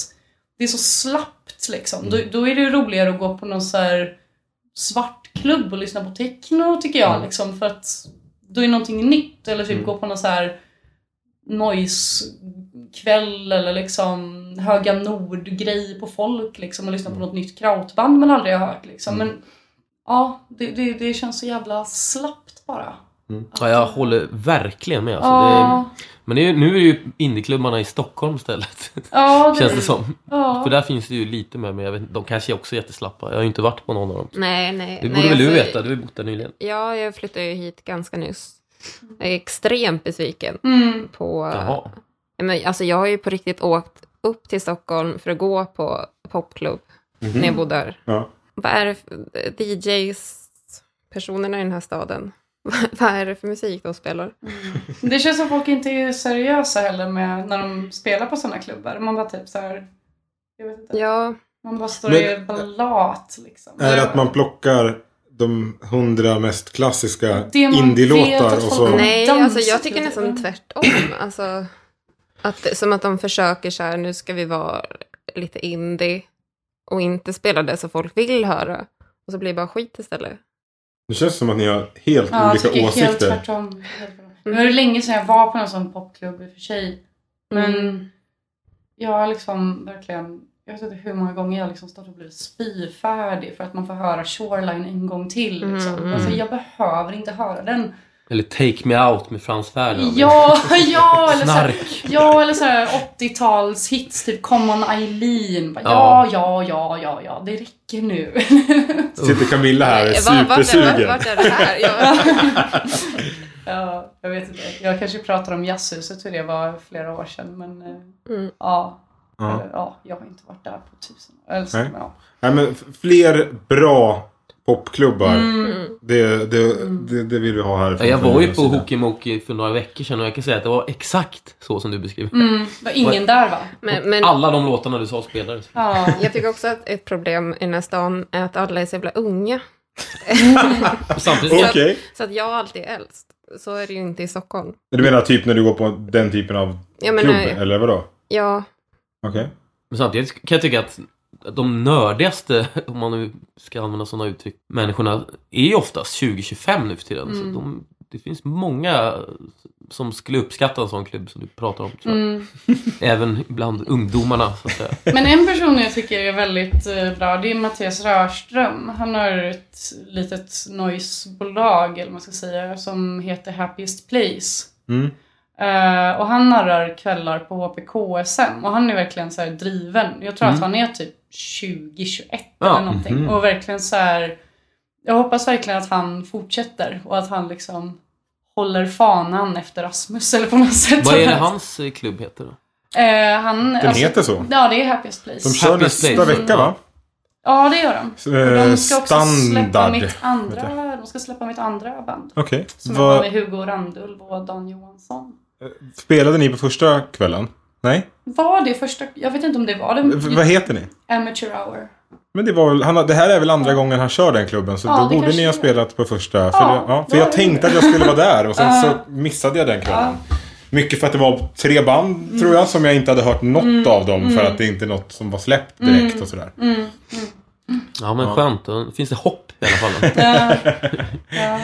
det är så slappt liksom. Mm. Då, då är det ju roligare att gå på någon så här svartklubb och lyssna på techno tycker Mm. jag. Liksom, för att då är någonting nytt. Eller typ gå på någon så här noise-kväll eller liksom Höga Mm. Nord-grej på folk liksom, och lyssna på något nytt krautband man aldrig har hört. Liksom. Men, Ja, det, det, det känns så jävla slappt bara. Ja, jag håller verkligen med. Alltså. Det, ja, men det är, nu är det ju indieklubbarna i Stockholm istället. ja, Känns det som. Ja. För där finns det ju lite mer, men jag vet, inte, de kanske också är jätteslappa. Jag har ju inte varit på någon av dem. Nej, nej. Det nej, borde väl du alltså, veta? Du har ju bott där nyligen. Ja, jag flyttade ju hit ganska nyss. Jag är extremt besviken Mm. på... Jaha. Ja, Men, alltså, jag har ju på riktigt åkt upp till Stockholm för att gå på popklubb när jag bodde där. Mhm. Ja. Vad är det för DJs, personerna i den här staden? Vad är det för musik de spelar? Mm. Det känns som folk inte är seriösa heller med när de spelar på sådana klubbar. Man bara typ så här, jag vet inte. Ja, Man bara står Men- i ballat liksom. Är det att man plockar de hundra mest klassiska Det man vet indielåtar att och folk så... kommer- nej, Dans- alltså, jag tycker nästan tvärtom. Alltså, att, det- som att de försöker så här, nu ska vi vara lite indie och inte spela det som folk vill höra. Och så blir det bara skit istället. Det känns som att ni har helt Ja, jag olika tycker helt åsikter. tvärtom. Helt tvärtom. Mm. Nu är det länge sedan jag var på någon sån popklubb i och för sig. Men Mm. jag har liksom verkligen, jag vet inte hur många gånger jag har liksom stått och blivit spyfärdig för att man får höra Shoreline en gång till. Liksom. Mm, mm. Alltså, jag behöver inte höra den. Eller Take Me Out med Frans Ferdinand. Ja, ja, eller så här, Snark. ja, eller så här 80-tals hits, typ Common Eileen. Bara, Ja. ja. ja, ja, ja, ja, det räcker nu. Sitter Camilla här och är Eh, Va- vart är- supersugen. Vart är det här? Jag, ja, jag vet inte, jag kanske pratar om jazzhuset hur det var flera år sedan, men eh, Mm. ja. Ja. Eller, ja, jag har inte varit där på tusen år. Eller så, Nej. men ja. Nej, men f- fler bra popklubbar. Mm. Det, det, det, det vill vi ha här. Ja, Jag var ju på Hokimoki för några veckor sedan och jag kan säga att det var exakt så som du beskriver. Mm. Det var ingen där va? men, men Alla de låtarna du sa spelades. Ja. jag tycker också att ett problem i den här stan är att alla är så jävla unga. Och samtidigt Okej. Så att jag alltid är äldst. Så är det ju inte i Stockholm. Du menar typ när du går på den typen av Jag menar, klubb? Eller vadå? Ja, Okej. Men samtidigt kan jag tycka att de nördigaste, om man nu ska använda sådana uttryck, människorna är ju oftast 20-25 nu för tiden. Mm. Så de, det finns många som skulle uppskatta en sån klubb som du pratar om. Tror jag. Mm. Även bland ungdomarna så att säga. Men en person jag tycker är väldigt eh, bra det är Mattias Rörström. Han har ett litet noisebolag eller vad man ska säga som heter Happiest Place. Mm. Eh, och han narrar kvällar på HPKSM och han är verkligen så här driven. Jag tror att han är typ 20-21 Ja, eller någonting. Mm. mhm. Och verkligen så här. Jag hoppas verkligen att han fortsätter och att han liksom håller fanan efter Rasmus eller på något sätt. Vad är det hans eh, klubb heter då? Eh, han, Den heter så. Ja, det är Happiest Place. De kör Happy nästa Place. vecka va? Ja, det gör de. Och Eh, de ska också släppa standard. mitt vet andra, de ska släppa mitt andra band. Okej. Som Vad- är med Hugo Randulv och Dan Johansson. Spelade ni på första kvällen? Nej? Var det första... Jag vet inte om det var det. V- vad heter ni? Amateur Hour. Men det, var väl, han, har- det här är väl andra gången han kör den klubben så Ja, då det borde kanske ni ha är. spelat på första. för, Ja, det, ja, för då jag är det. tänkte att jag skulle vara där och sen så missade jag den kvällen. Mycket för att det var tre band tror Mm. jag som jag inte hade hört något av dem för att det inte är något som var släppt direkt Mm. och sådär. Ja men skönt, då finns det hopp i alla fall. Ja. ja.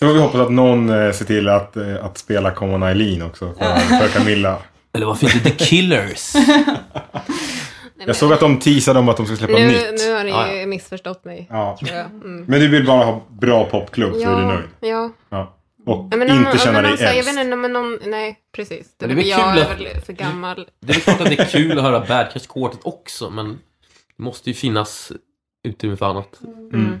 Så vi hoppas att någon eh, ser till att, eh, att spela Common Eileen också för, för Camilla. Eller varför inte The Killers? Jag såg att de teasade om att de skulle släppa nu, nytt. Ah, nu har ni Ja, ju missförstått mig. Ja. tror jag. Mm. Men du vill bara ha bra popklubb så är du nöjd. ja. Ja. Och Ja, men om- inte om känna någon dig säger- Jag äldst. vet inte, men någon, nej, precis. Men det är väl jag kul är att- väl för gammal. Det är väl klart att det är kul att höra Bad Cash Quartet också men det måste ju finnas utrymme för annat. Mm. Mm. Mm.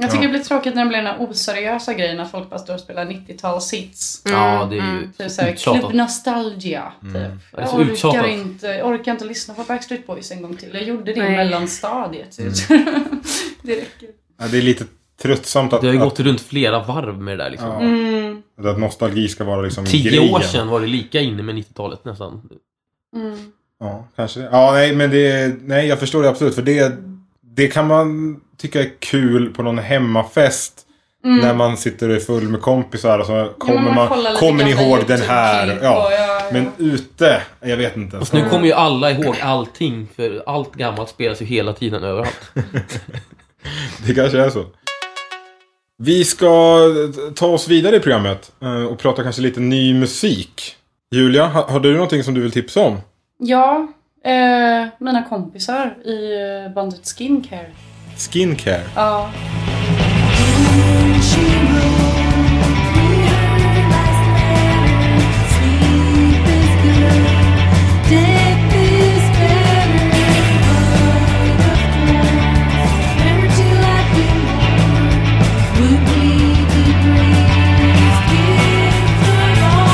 Jag tycker Ja. det blir tråkigt när det blir den här oseriösa grejen när folk bara står och spelar 90-talshits. Ja, det är ju Typ såhär uttjatat. Club Nostalgia. Mm. Typ. Det är så Jag orkar uttjatat. inte, jag orkar inte lyssna på Backstreet Boys en gång till. Jag gjorde det Nej. i mellanstadiet. Typ. Mm. det räcker. Ja, det är lite tröttsamt att, Du har ju att, gått runt flera varv med det där liksom. Ja. Mm. att nostalgi ska vara liksom Tio grejen. år sedan var det lika inne med 90-talet nästan. Mm. Ja, kanske det. Ja, nej, men det... Nej, jag förstår det absolut. För det, det kan man tycka är kul på någon hemmafest. När man sitter och är full med kompisar och så kommer Mm. man man... kollar lite kommer ni gamla ihåg den här? YouTube-klipp Ja. och ja, ja. Men ute? Jag vet inte. Mm. Fast nu kommer ju alla ihåg allting för allt gammalt spelas ju hela tiden överallt. Det kanske är så. Vi ska ta oss vidare i programmet eh, och prata kanske lite ny musik. Julia, ha- har du någonting som du vill tipsa om? Ja, eh, mina kompisar i eh, bandet Skincare. Skincare. Ja. soon she will. We heard the last letter. Sleep is good. Death is better. But of course, married to life born would be the greatest gift of all.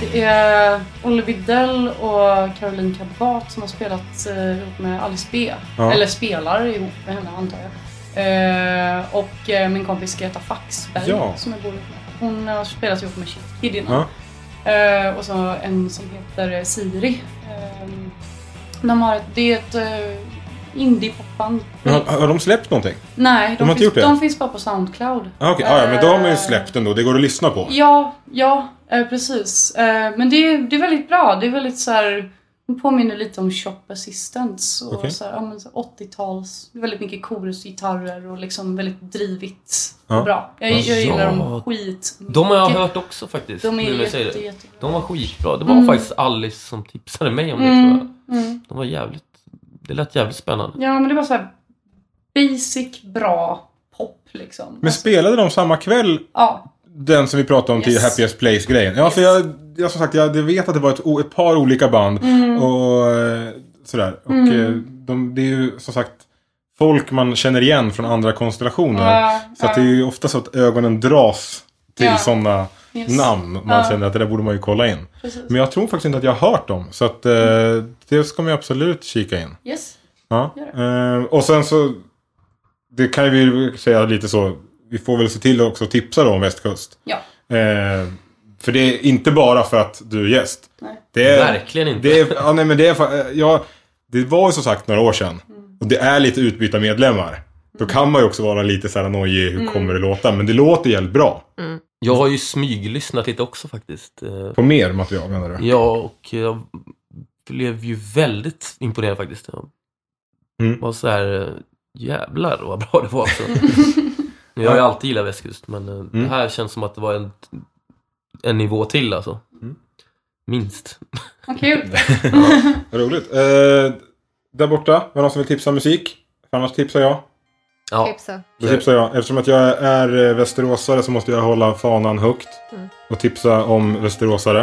Det är Oliver Widell och Caroline Kabat som har spelat eh, ihop med Alice B. Ja. Eller spelar ihop med henne antar jag. Eh, och eh, min kompis Greta Faxberg Ja. som jag bor ihop med. Hon har spelat ihop med Shit Kid innan. Ja. Eh, och så en som heter eh, Siri. Eh, de har ett, det är ett eh, indie-popband. Men har, har de släppt någonting? Nej, de, har inte finns, gjort det? de finns bara på Soundcloud. Ah, okay. ah, ja, men de har ju Eh, släppt ändå. Det går att lyssna på. Ja, ja, eh, precis. Eh, men det, det är väldigt bra. Det är väldigt så här, det påminner lite om Shop Assistants och Okej. så här, ja, men så här 80-tals. Det är Väldigt mycket korusgitarrer och liksom väldigt drivigt och Ja. bra. Jag, jag Ja. gillar dem skit. De har jag hört också faktiskt. De är nu när jag jätte, säger det. jätte... De var skitbra. Det var Mm. faktiskt Alice som tipsade mig om det tror jag. Mm, mm. De var jävligt... Det lät jävligt spännande. Ja, men det var så här basic, bra pop liksom. Men Alltså, spelade de samma kväll ja. Den som vi pratade om till Yes. Happiest Place-grejen. Ja, för jag, jag som sagt, jag vet att det var ett, o- ett par olika band. Mm. Och eh, sådär. Och eh, de, det är ju som sagt folk man känner igen från andra konstellationer. Ja, så att det är ju ofta så att ögonen dras till Ja. sådana Yes. namn. Man Ja. känner att det där borde man ju kolla in. Precis. Men jag tror faktiskt inte att jag har hört dem. Så att eh, det ska man ju absolut kika in. Yes. Ja. Gör Eh, och sen så, det kan ju vi säga lite så, vi får väl se till att också tipsa då om västkust. Ja. Eh, för det är inte bara för att du är gäst. Nej. Det är, Verkligen inte. Det, är, ja, nej, men det, är, fa- eh, ja, det var ju som sagt några år sedan. Mm. Och det är lite utbyta medlemmar. Då kan man ju också vara lite så här nojig, hur Mm. kommer det låta? Men det låter jävligt bra. Jag har ju smyglyssnat lite också faktiskt. Eh, På mer material menar du? Ja, och jag blev ju väldigt imponerad faktiskt. Jag Mm. var så här, eh, jävlar vad bra det var. Så. jag har ju alltid gillat västkust, men eh, Mm. det här känns som att det var en, en nivå till alltså. Mm. Minst. Vad kul. Vad Roligt. Eh, där borta, var det någon som vill tipsa om musik? För annars tipsar jag. Ja. Tipsa. Då tipsar jag. Eftersom att jag är eh, västeråsare så måste jag hålla fanan högt. Och tipsa om västeråsare.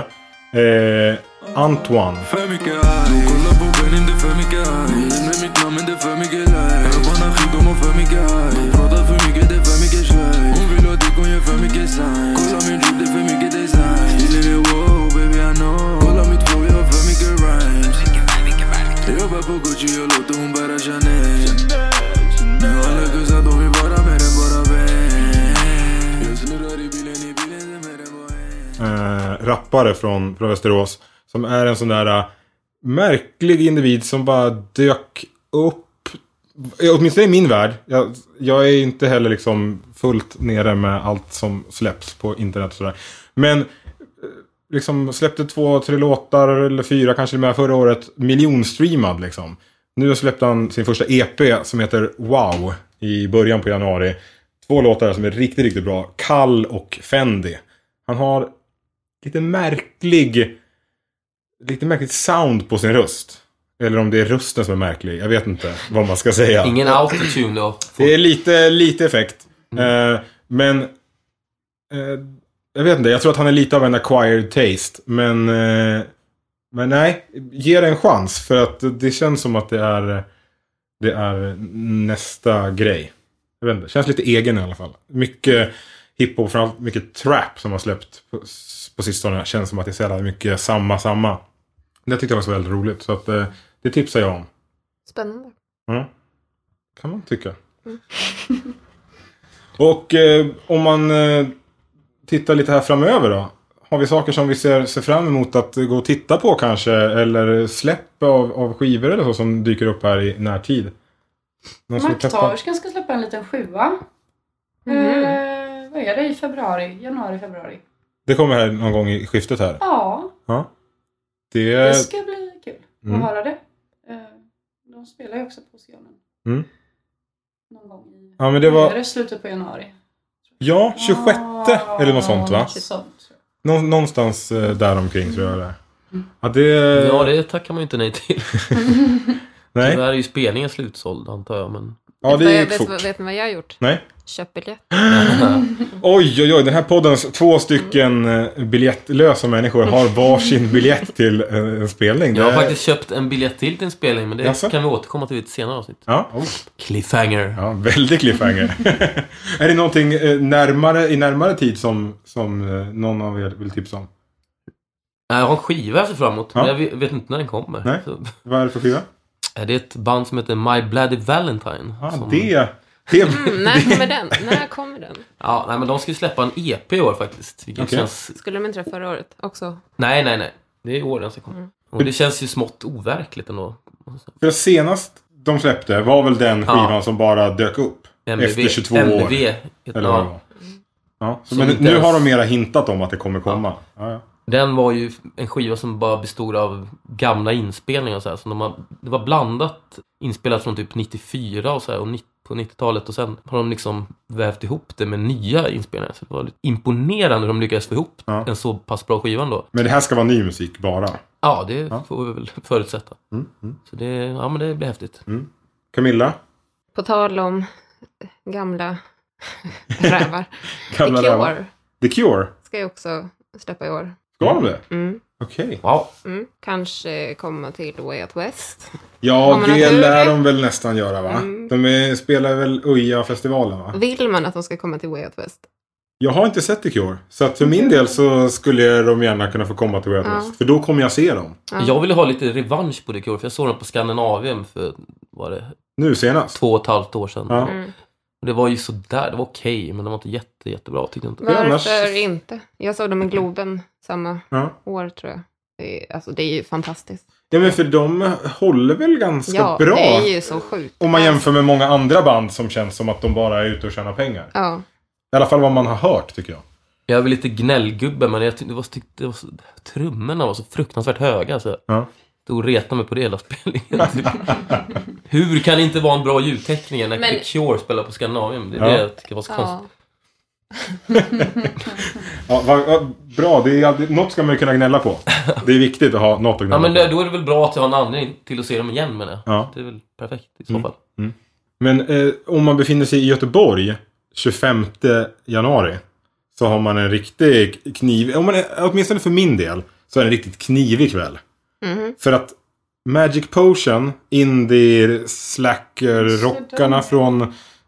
Eh, Antoine. För mycket arg Kolla på skärmen, det är för mycket arg Med mitt namn, men det är för mycket laj Hör på när skit, de har för mycket arg Pratar för mycket, det är för mycket tjej Hon vill ha dick, hon gör för mycket sign Kolla min drip, det är för mycket design Stilen är wow, baby I know Kolla mitt flow, jag har för mycket rhymes Jag jobbar på Gucci, jag låter hon bära Chanel Nu alla gussar, de vill vara med den, bara vän Jag snurrar i bilen, i bilen, det är med den, bara en Eh, rappare från, från Västerås. Som är en sån där eh, märklig individ som bara dök upp. eh, Åtminstone i min värld. Jag, jag är inte heller liksom fullt nere med allt som släpps på internet och sådär. Men eh, liksom släppte två, tre låtar eller fyra kanske med förra året. Miljonstreamad liksom. Nu släppte han sin första EP som heter Wow i början på januari. Två låtar som är riktigt, riktigt bra. Kall och Fendi. Han har lite märklig, lite märkligt sound på sin röst. Eller om det är rösten som är märklig. Jag vet inte vad man ska säga. Ingen autotune då. Det är lite, lite effekt. Eh, men eh, jag vet inte, jag tror att han är lite av en acquired taste. Men, eh, men nej, ge det en chans. För att det känns som att det är, det är nästa grej. Jag vet inte, känns lite egen i alla fall. Mycket hiphop, framförallt mycket trap som har släppt på, på sistone. Känns som att det är så jävla mycket samma, samma. Det tyckte jag var så väldigt roligt. Så att, eh, det tipsar jag om. Spännande. Mm. Kan man tycka. Och eh, om man eh, tittar lite här framöver då. Har vi saker som vi ser, ser fram emot att gå och titta på kanske? Eller släpp av, av skivor eller så som dyker upp här i närtid? Någon som vill peppa? Makthaverskan ska släppa en liten sjua. Mhm. Eh, vad är det? I februari? Januari, februari? Det kommer här någon gång i skiftet här. Ja, det Det, ska bli kul Eh, Mm. att höra det. Eh, de spelar ju också på scenen. Mm. Någon gång i... ja, men det var, Är det slutet på januari? Ah, Ja, 26 eller något sånt va? Något sånt. Nå- någonstans eh, däromkring tror jag det är. Ja, det... Ja, det tackar man ju inte nej till. Nej, Tyvärr är ju spelningen slutsåld antar jag. Men... ja, Vet det du- gick vet, du- fort. vet ni vad jag har gjort? Nej. Köpt biljett. Oj, oj, oj. Den här poddens två stycken eh, biljettlösa människor har varsin biljett till eh, en spelning. Jag har Det- faktiskt köpt en biljett till till en spelning men det Jaså? kan vi återkomma till i ett senare avsnitt. Ja, oh, Cliffhanger. ja väldigt cliffhanger. är det någonting eh, närmare, i närmare tid som, som eh, någon av er vill tipsa om? Nej, Jag har en skiva jag ser fram emot Ja. men jag vet- vet inte när den kommer. Nej. Så, Vad är det för skiva? är det ett band som heter My Bloody Valentine. Ja, som, Ah, det... det... Mm, när kommer den? När kommer den? Ja, nej, men de ska ju släppa en EP i år faktiskt. Vilket Okej. känns... Skulle de inte det förra året också? Nej, nej, nej. Det är i år den ska komma. Och det känns ju smått overkligt ändå. För senast de släppte var väl den Ja. skivan som bara dök upp. MBV. Efter 22 MBV, år. Heter, Eller vad det ja. var. Ja, så Som men inte nu ens- har de mera hintat om att det kommer komma. Ja, ja. Den var ju en skiva som bara bestod av gamla inspelningar och så här. Så de har, det var blandat inspelat från typ 94 och så här, och nitt- på 90-talet och sen har de liksom vävt ihop det med nya inspelningar. Så det var lite imponerande hur de lyckades få ihop Ja. en så pass bra skiva då. Men det här ska vara ny musik bara. Ja, det Ja. Mm, får vi väl förutsätta. Så det, ja, men det blir häftigt. Camilla? På tal om gamla rävar. Gamla The Cure rävar. The Cure? ska ju också släppa i år. Ska de det? Mm. Okej. Ja, Mm. Kanske komma till Way Out West. Ja, Om man Mm. har det tur. lär de väl nästan göra va? De är, spelar väl Uja-festivalen va? Vill man att de ska komma till Way Out West? Jag har inte sett The Cure. Så att för min del så skulle de gärna kunna få komma till Way Out Ja. West. För då kommer jag se dem. Ja. jag ville ha lite revansch på The Cure för jag såg dem på Skandinavien för, var det, Nu senast. två och ett halvt år sedan. Ja. Mm. Det var ju sådär, det var okej men de var inte jätte, jättebra tyckte jag inte. Men annars- Varför inte? Jag såg dem i Globen samma Ja. år tror jag. Det är, alltså det är ju fantastiskt. ja, men för de håller väl ganska ja, bra. det är ju så sjukt. Om man jämför med många andra band som känns som att de bara är ute och tjänar pengar. Ja. I alla fall vad man har hört tycker jag. Jag är väl lite gnällgubbe men jag tyckte, det var, tyckte det var så, trummorna var så fruktansvärt höga. Så Ja. Stod och retade mig på det hela spelningen. typ. Hur kan det inte vara en bra ljudteckning när Men- The Cure spelar på Skandinavien? Det är Ja. det jag tycker var så ja. konstigt. Ja, vad- vad bra, det är alltid, något ska man ju kunna gnälla på. Det är viktigt att ha något att Ja, gnälla men på. då är det väl bra att jag har en anledning till att se dem igen menar jag. Ja. Det är väl perfekt i så Mm. fall. Men eh, om man befinner sig i Göteborg 25 januari så har man en riktig kniv, om man är, åtminstone för min del, så är det en riktigt knivig kväll. Mhm. För att Magic Potion, indie slacker rockarna från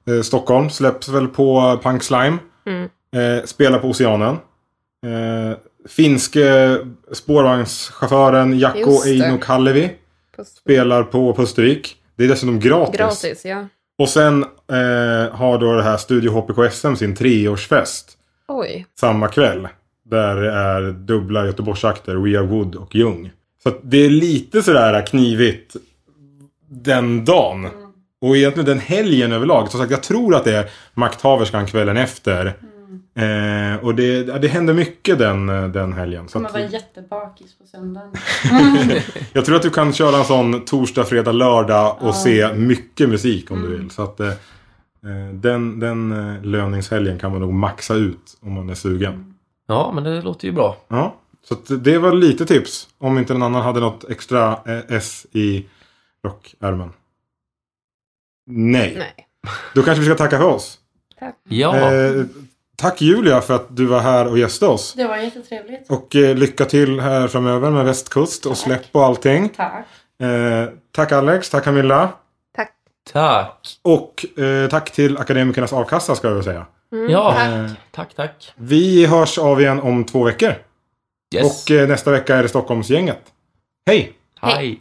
eh, Stockholm, släpps väl på Punk Slime. Mm. Eh, spelar på Oceanen. Eh, finske spårvagnschauffören Jakko Just det. Eino Kallevi På- spelar på på Österrik. Det är dessutom Gratis, ja. och sen eh, har då det här Studio HPKSM sin treårsfest Oj. samma kväll. Där det är dubbla Göteborgsakter, We Are Wood och Jung. Så att det är lite sådär knivigt den dagen. Och egentligen den helgen överlag. Som sagt, jag tror att det är makthaverskan kvällen efter. Mm. Eh, och det, ja, det händer mycket den, eh, den helgen. Så Kommer att, vara jättebakis på söndagen. jag tror att du kan köra en sån torsdag, fredag, lördag och Ja. se mycket musik om du vill. Så att eh, eh, den, den eh, löningshelgen kan man nog maxa ut om man är sugen. Ja, men det låter ju bra. Ja, så att det var lite tips. Om inte någon annan hade något extra eh, S i rockärmen. Nej. Nej. Då kanske vi ska tacka för oss. Ja, Eh, tack Julia för att du var här och gästade oss. Det var jättetrevligt. Och eh, lycka till här framöver med västkust och släpp och allting. Tack. Eh, tack Alex, tack Camilla. Tack. tack. Och eh, tack till Akademikernas A-kassa ska jag väl säga. Mm. ja, tack. tack. tack, tack. Vi hörs av igen om två veckor. eh, Yes. Och eh, nästa vecka är det Stockholmsgänget. Hej! Hej.